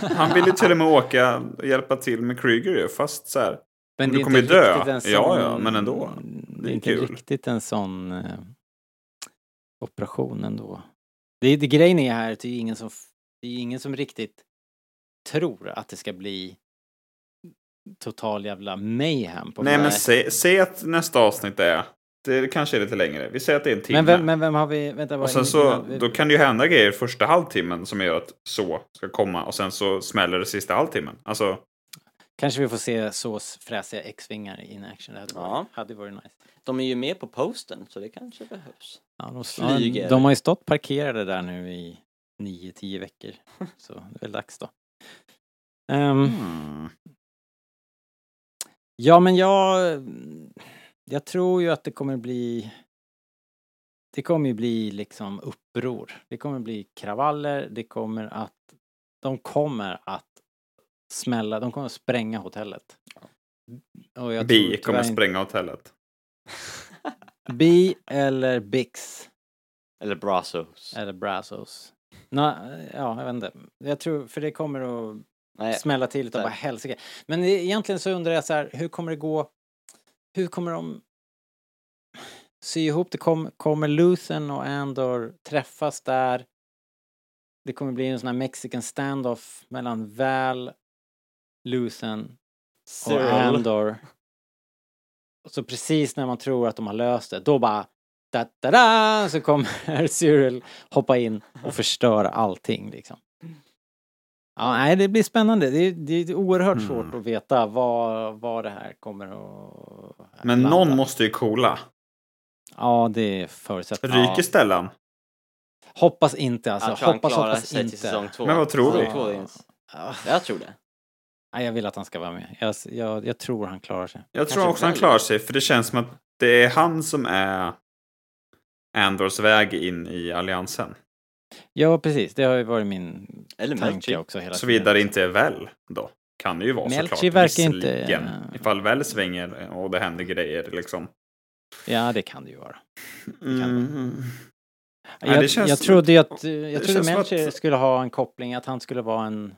Speaker 4: Han vill ju till och med åka och hjälpa till med Kryger ju, fast så här.
Speaker 1: Men det
Speaker 4: du
Speaker 1: är
Speaker 4: kommer ju
Speaker 1: inte
Speaker 4: dö.
Speaker 1: riktigt en sån-
Speaker 4: Ja, ja, men ändå.
Speaker 1: Det är inte
Speaker 4: kul.
Speaker 1: riktigt en sån eh, operation ändå. Det, det grejen är här att det är ingen som, f- det är ingen som riktigt tror att det ska bli total jävla mayhem på
Speaker 4: Nej, men
Speaker 1: Friday.
Speaker 4: säg, säg att nästa avsnitt är... Det kanske är lite längre. Vi säger att det är en timme.
Speaker 1: men, vem, men vem har vi, vänta
Speaker 4: Och
Speaker 1: vad
Speaker 4: sen
Speaker 1: in-
Speaker 4: så,
Speaker 1: innan vi-
Speaker 4: då kan det ju hända grejer första halvtimmen som gör att så ska komma och sen så smäller det sista halvtimmen. Alltså,
Speaker 1: Kanske vi får se sås fräsiga X-vingar in action, det hade varit, hade varit nice.
Speaker 3: De är ju med på posten, så det kanske behövs.
Speaker 1: Ja, de,
Speaker 3: Flyger.
Speaker 1: de har ju stått parkerade där nu i 9-10 veckor. Så det är väl dags då. Ehm,
Speaker 4: hmm.
Speaker 1: Ja men jag... Jag tror ju att det kommer bli... Det kommer ju bli liksom uppror. Det kommer bli kravaller, det kommer att... De kommer att smälla, de kommer att spränga hotellet. Och jag tror
Speaker 4: bi
Speaker 1: tyvärr
Speaker 4: kommer
Speaker 1: inte-
Speaker 4: spränga hotellet.
Speaker 1: Bi eller Bix.
Speaker 3: Eller Brazos.
Speaker 1: Eller Brazos. Nå, ja, jag vet inte. Jag tror, för det kommer att smälla till utav bara helsike. Men e- egentligen så undrar jag så här, hur kommer det gå? Hur kommer de sy ihop det? Kom, kommer Luthen och Andor träffas där? Det kommer bli en sån här mexican standoff mellan Val, Luthen och
Speaker 3: Cyril.
Speaker 1: Andor. Och Så precis när man tror att de har löst det, då bara da, da, da, så kommer Cyril hoppa in och förstöra allting liksom. Ja, nej, det blir spännande. Det är, det är oerhört
Speaker 4: Mm.
Speaker 1: svårt att veta vad, vad det här kommer att...
Speaker 4: Men
Speaker 1: landa.
Speaker 4: någon måste ju coola.
Speaker 1: Ja, det är förutsättningen.
Speaker 4: Ryker Stellan?
Speaker 1: Hoppas inte alltså.
Speaker 3: jag tror han
Speaker 1: hoppas,
Speaker 3: klarar
Speaker 1: hoppas
Speaker 3: sig
Speaker 1: inte.
Speaker 3: till säsong två.
Speaker 4: Men vad tror
Speaker 3: Säsong
Speaker 4: du?
Speaker 3: två är ens- Jag tror det.
Speaker 1: Nej, jag vill att han ska vara med. Jag, jag, jag tror han klarar sig.
Speaker 4: Jag tror
Speaker 1: Kanske
Speaker 4: också han
Speaker 1: själv.
Speaker 4: klarar sig, för det känns som att det är han som är Andors väg in i alliansen.
Speaker 1: Ja, precis. Det har ju varit min
Speaker 3: Eller
Speaker 1: tanke
Speaker 4: Melchi.
Speaker 1: också hela
Speaker 4: Såvida det inte är väl då. Kan det ju vara
Speaker 1: Melchi
Speaker 4: såklart.
Speaker 1: verkar inte-
Speaker 4: visserligen. Ifall väl svänger och det händer grejer liksom.
Speaker 1: Ja, det kan det ju vara.
Speaker 4: Mm. Nej,
Speaker 1: Jag,
Speaker 4: det känns
Speaker 1: jag
Speaker 4: som
Speaker 1: trodde ju att, eh,
Speaker 4: det
Speaker 1: jag
Speaker 4: känns
Speaker 1: trodde
Speaker 4: som
Speaker 1: Melcher
Speaker 4: att-
Speaker 1: skulle ha en koppling, att han skulle vara en,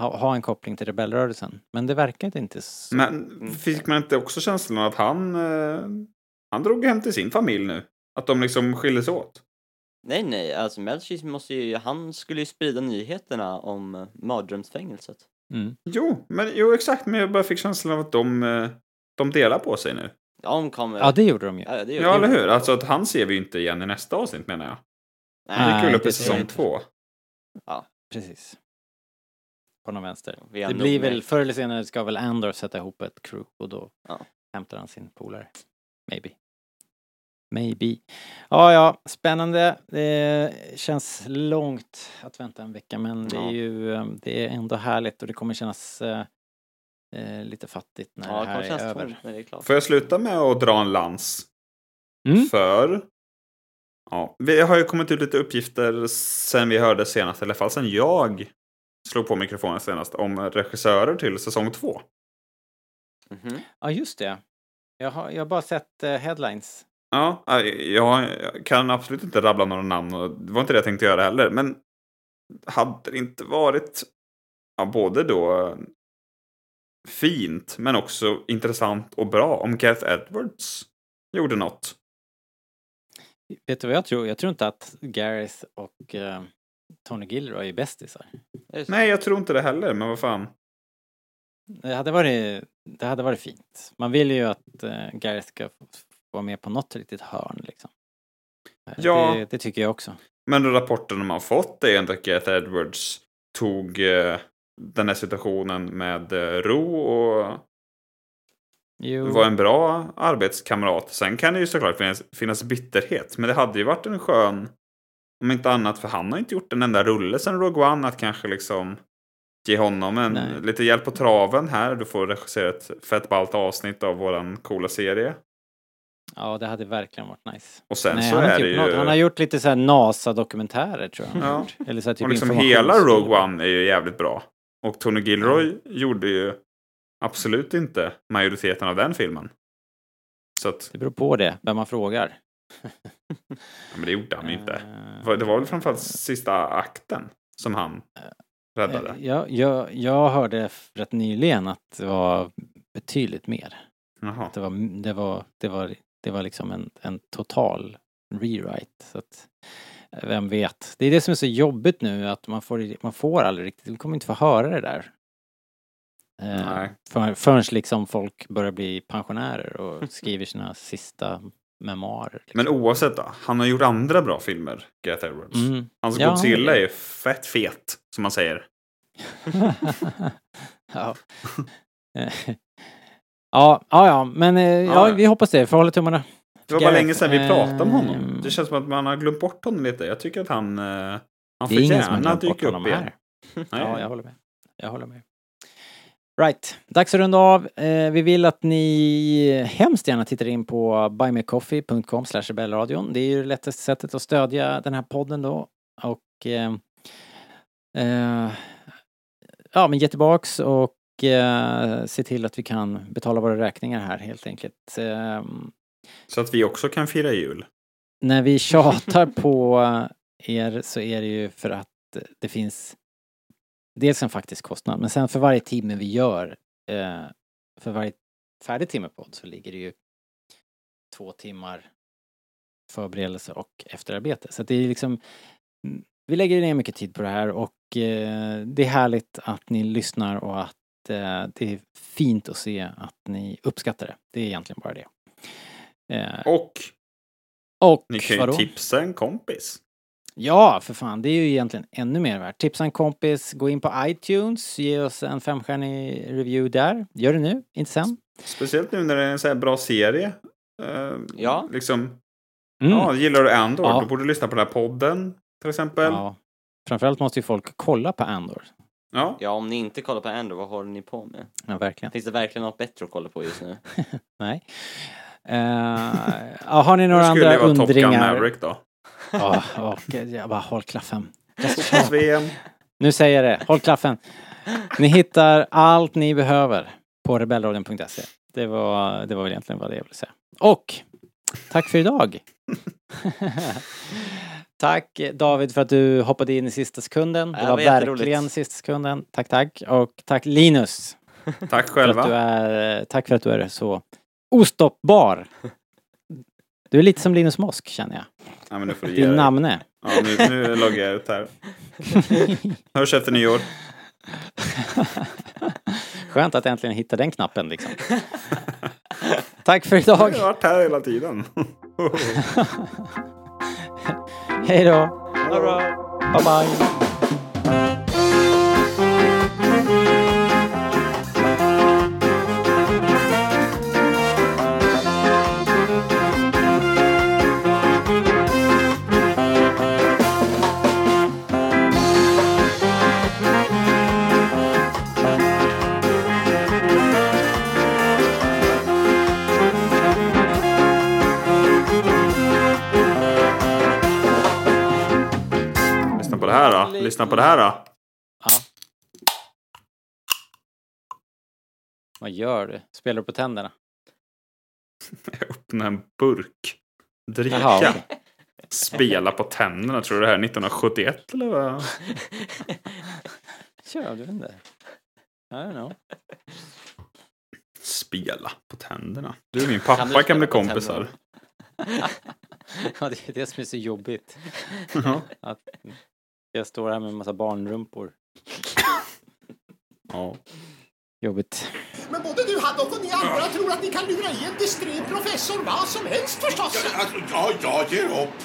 Speaker 1: ha, ha en koppling till rebellrörelsen. Men det verkade inte
Speaker 4: Mm.
Speaker 1: så. Mm.
Speaker 4: Men fick man inte också känslan av att han, eh, han drog hem till sin familj nu? Att de liksom skildes åt?
Speaker 3: Nej, nej, alltså Melchis måste ju, han skulle ju sprida nyheterna om eh, mardrömsfängelset.
Speaker 1: Mm.
Speaker 4: Jo, men, jo, exakt. Men jag bara fick känslan av att de, eh, de delar på sig nu.
Speaker 3: Ja, hon kommer...
Speaker 1: Ja, det gjorde de ju.
Speaker 3: Ja, det gjorde
Speaker 4: Ja,
Speaker 3: de.
Speaker 4: eller hur? Alltså att han ser vi ju inte igen i nästa avsnitt menar jag.
Speaker 1: Nej,
Speaker 4: det gick väl upp
Speaker 1: det
Speaker 4: i
Speaker 1: ser vi
Speaker 4: säsong
Speaker 1: inte.
Speaker 4: två.
Speaker 3: Ja,
Speaker 1: precis. På någon vänster.
Speaker 3: Vi har
Speaker 1: Det
Speaker 3: nog
Speaker 1: blir
Speaker 3: med.
Speaker 1: väl, förr eller senare ska väl Andor sätta ihop ett crew och då hämtar han sin polare. Maybe. Maybe. Ja, ja, spännande. Det känns långt att vänta en vecka men det är
Speaker 3: Ja.
Speaker 1: ju eh, det är ändå härligt och det kommer kännas eh, eh, lite fattigt när
Speaker 3: Ja,
Speaker 1: det
Speaker 3: det
Speaker 1: här
Speaker 3: kommer
Speaker 1: är
Speaker 3: kännas
Speaker 1: över.
Speaker 3: tomt när det är klart.
Speaker 4: Får jag sluta med att dra en lans?
Speaker 1: Mm.
Speaker 4: Mm. För... Ja, vi har ju kommit ut lite uppgifter sen vi hörde senast, eller i alla fall sen jag slog på mikrofonen senast om regissörer till säsong två.
Speaker 3: Mhm.
Speaker 1: Ja, just det. Jag har, jag har bara sett eh, headlines.
Speaker 4: Ja, eh, jag jag kan absolut inte rabbla några namn och det var inte det jag tänkte göra heller. Men hade det inte varit ja, både då fint men också intressant och bra om Gareth Edwards gjorde något?
Speaker 1: Vet du vad jag tror? Jag tror inte att Gareth och eh, Tony Gilroy är bästisar.
Speaker 4: Nej, jag tror inte det heller, men vad fan.
Speaker 1: Det hade varit, det hade varit fint. Man vill ju att eh, Gareth ska f- f- vara med på något riktigt hörn liksom. Eh,
Speaker 4: Ja.
Speaker 1: Det, det tycker jag också.
Speaker 4: Men rapporten man fått är ändå att Gareth Edwards tog eh, den här situationen med eh, ro och
Speaker 1: Jo.
Speaker 4: var en bra arbetskamrat. Sen kan det ju såklart finnas, finnas bitterhet, men det hade ju varit en skön, om inte annat, för han har inte gjort en enda rulle sen Rogue One, att kanske liksom ge honom en,
Speaker 1: Nej.
Speaker 4: lite hjälp på traven här. Du får regissera ett fett ballt avsnitt av våran coola serie.
Speaker 1: Ja, det hade verkligen varit nice.
Speaker 4: Och sen
Speaker 1: Nej,
Speaker 4: så
Speaker 1: han, har
Speaker 4: är
Speaker 1: inte
Speaker 4: det
Speaker 1: gjort något.
Speaker 4: ju...
Speaker 1: han har gjort lite så här NASA-dokumentärer tror jag. han har
Speaker 4: Ja.
Speaker 1: gjort. Eller så här typ
Speaker 4: och liksom
Speaker 1: informations-
Speaker 4: hela Rogue One är ju jävligt bra. Och Tony Gilroy gjorde ju absolut inte majoriteten av den filmen. Så att,
Speaker 1: Det beror på det, vem man frågar. Eh,
Speaker 4: ja, men det gjorde han ju inte. För Det var väl framförallt sista akten som han räddade.
Speaker 1: eh, Jag, jag, jag hörde f- rätt nyligen att det var betydligt mer.
Speaker 4: Jaha.
Speaker 1: Att det, var, det, var, det, var, det var liksom en, en total rewrite. Så att, eh, vem vet? Det är det som är så jobbigt nu att man får, man får aldrig riktigt, vi kommer inte få höra det där. Eh,
Speaker 4: Nej.
Speaker 1: för, förrän liksom folk börjar bli pensionärer och skriver sina sista memoarer. liksom.
Speaker 4: Men oavsett, då, han har gjort andra bra filmer, Gareth Edwards.
Speaker 1: Mm.
Speaker 4: Hans
Speaker 1: Ja,
Speaker 4: Godzilla
Speaker 1: han-
Speaker 4: är fett fet, som man säger.
Speaker 1: ja. Eh, ja, ja, ja, men eh, ja,
Speaker 4: Ja.
Speaker 1: vi hoppas det. Får hålla tummarna.
Speaker 4: Det var bara
Speaker 1: Gareth,
Speaker 4: länge sedan vi pratade om
Speaker 1: eh,
Speaker 4: honom. Det känns som att man har glömt bort honom lite. Jag tycker att han, eh, han
Speaker 1: Det är ingen som har
Speaker 4: förtjänar
Speaker 1: glömt
Speaker 4: att
Speaker 1: bort
Speaker 4: dyka upp
Speaker 1: honom
Speaker 4: igen.
Speaker 1: här.
Speaker 4: Nej.
Speaker 1: Ja, jag håller med. Jag håller med. Right, dags att runda av. Eh, vi vill att ni hemskt gärna tittar in på buymeacoffee.com slash rebellradion. Det är ju det lättaste sättet att stödja den här podden då. Och eh, eh, ja, men ge tillbaks och eh, se till att vi kan betala våra räkningar här helt enkelt. Ehm,
Speaker 4: Så att vi också kan fira jul.
Speaker 1: när vi tjatar på er så är det ju för att det finns dels en faktisk kostnad, men sen för varje timme vi gör, eh, för varje färdig timme podd så ligger det ju två timmar förberedelse och efterarbete. Så att det är liksom, mm, vi lägger ner mycket tid på det här och eh, det är härligt att ni lyssnar och att eh, det är fint att se att ni uppskattar det. Det är egentligen bara det. Eh,
Speaker 4: Och
Speaker 1: och
Speaker 4: ni kan ju
Speaker 1: vadå?
Speaker 4: tipsa en kompis.
Speaker 1: Ja, för fan, det är ju egentligen ännu mer värt. Tipsa en kompis, gå in på iTunes, ge oss en femstjärnig review där. Gör det nu, inte sen.
Speaker 4: Speciellt nu när det är en så här bra serie. Eh,
Speaker 3: Ja.
Speaker 4: Liksom, ja, gillar du Andor,
Speaker 1: Mm. Ja.
Speaker 4: då borde du lyssna på den här podden till exempel.
Speaker 1: Ja. Framförallt måste ju folk kolla på Andor.
Speaker 4: Ja.
Speaker 3: ja, om ni inte kollar på Andor, vad håller ni på med?
Speaker 1: Ja, verkligen.
Speaker 3: Finns det verkligen något bättre att kolla på just nu?
Speaker 1: Nej. Eh, ja, har ni några
Speaker 4: Det skulle
Speaker 1: andra
Speaker 4: ju vara Top Gun
Speaker 1: undringar?
Speaker 4: Maverick då.
Speaker 1: Ja, oh, jag bara håll klaffen.
Speaker 4: VM.
Speaker 1: Nu säger jag det, håll klaffen. Ni hittar allt ni behöver på rebellradion.se. Det var, det var väl egentligen vad det jag ville säga. Och tack för idag! tack David för att du hoppade in i sista sekunden. Det
Speaker 3: Ja, det
Speaker 1: var
Speaker 3: var jätteroligt.
Speaker 1: verkligen sista sekunden. Tack, tack. Och tack Linus!
Speaker 4: Tack
Speaker 1: För att du
Speaker 4: själva.
Speaker 1: är, tack för att du är så ostoppbar! Du är lite som Linus Mosk känner jag.
Speaker 4: Ja, men nu får du ge
Speaker 1: Din
Speaker 4: dig.
Speaker 1: namne.
Speaker 4: Ja, nu, nu loggar jag ut här. Hörs efter nyår.
Speaker 1: Skönt att äntligen hitta den knappen liksom. Tack för idag.
Speaker 4: Jag har ju varit här hela tiden.
Speaker 1: Hej då. Bye bye.
Speaker 4: Lyssna på det här då. Lyssna på det här då.
Speaker 1: Vad gör du? Spelar du på tänderna?
Speaker 4: Öppna en burk. Dricka.
Speaker 1: Jaha, okej.
Speaker 4: Spela på tänderna. Tror du det här är 1971 eller vad?
Speaker 1: Kör du den där? I don't know.
Speaker 4: Spela på tänderna. Du och min pappa kan bli kompisar.
Speaker 1: ja, det är det som är så jobbigt.
Speaker 4: Ja.
Speaker 1: Att jag står här med en massa barnrumpor.
Speaker 4: Ja.
Speaker 1: Jobbigt.
Speaker 13: Men både du Haddock och ni andra tror att ni kan lura i en diskret professor vad som helst förstås.
Speaker 12: Alltså, ja, jag ger upp.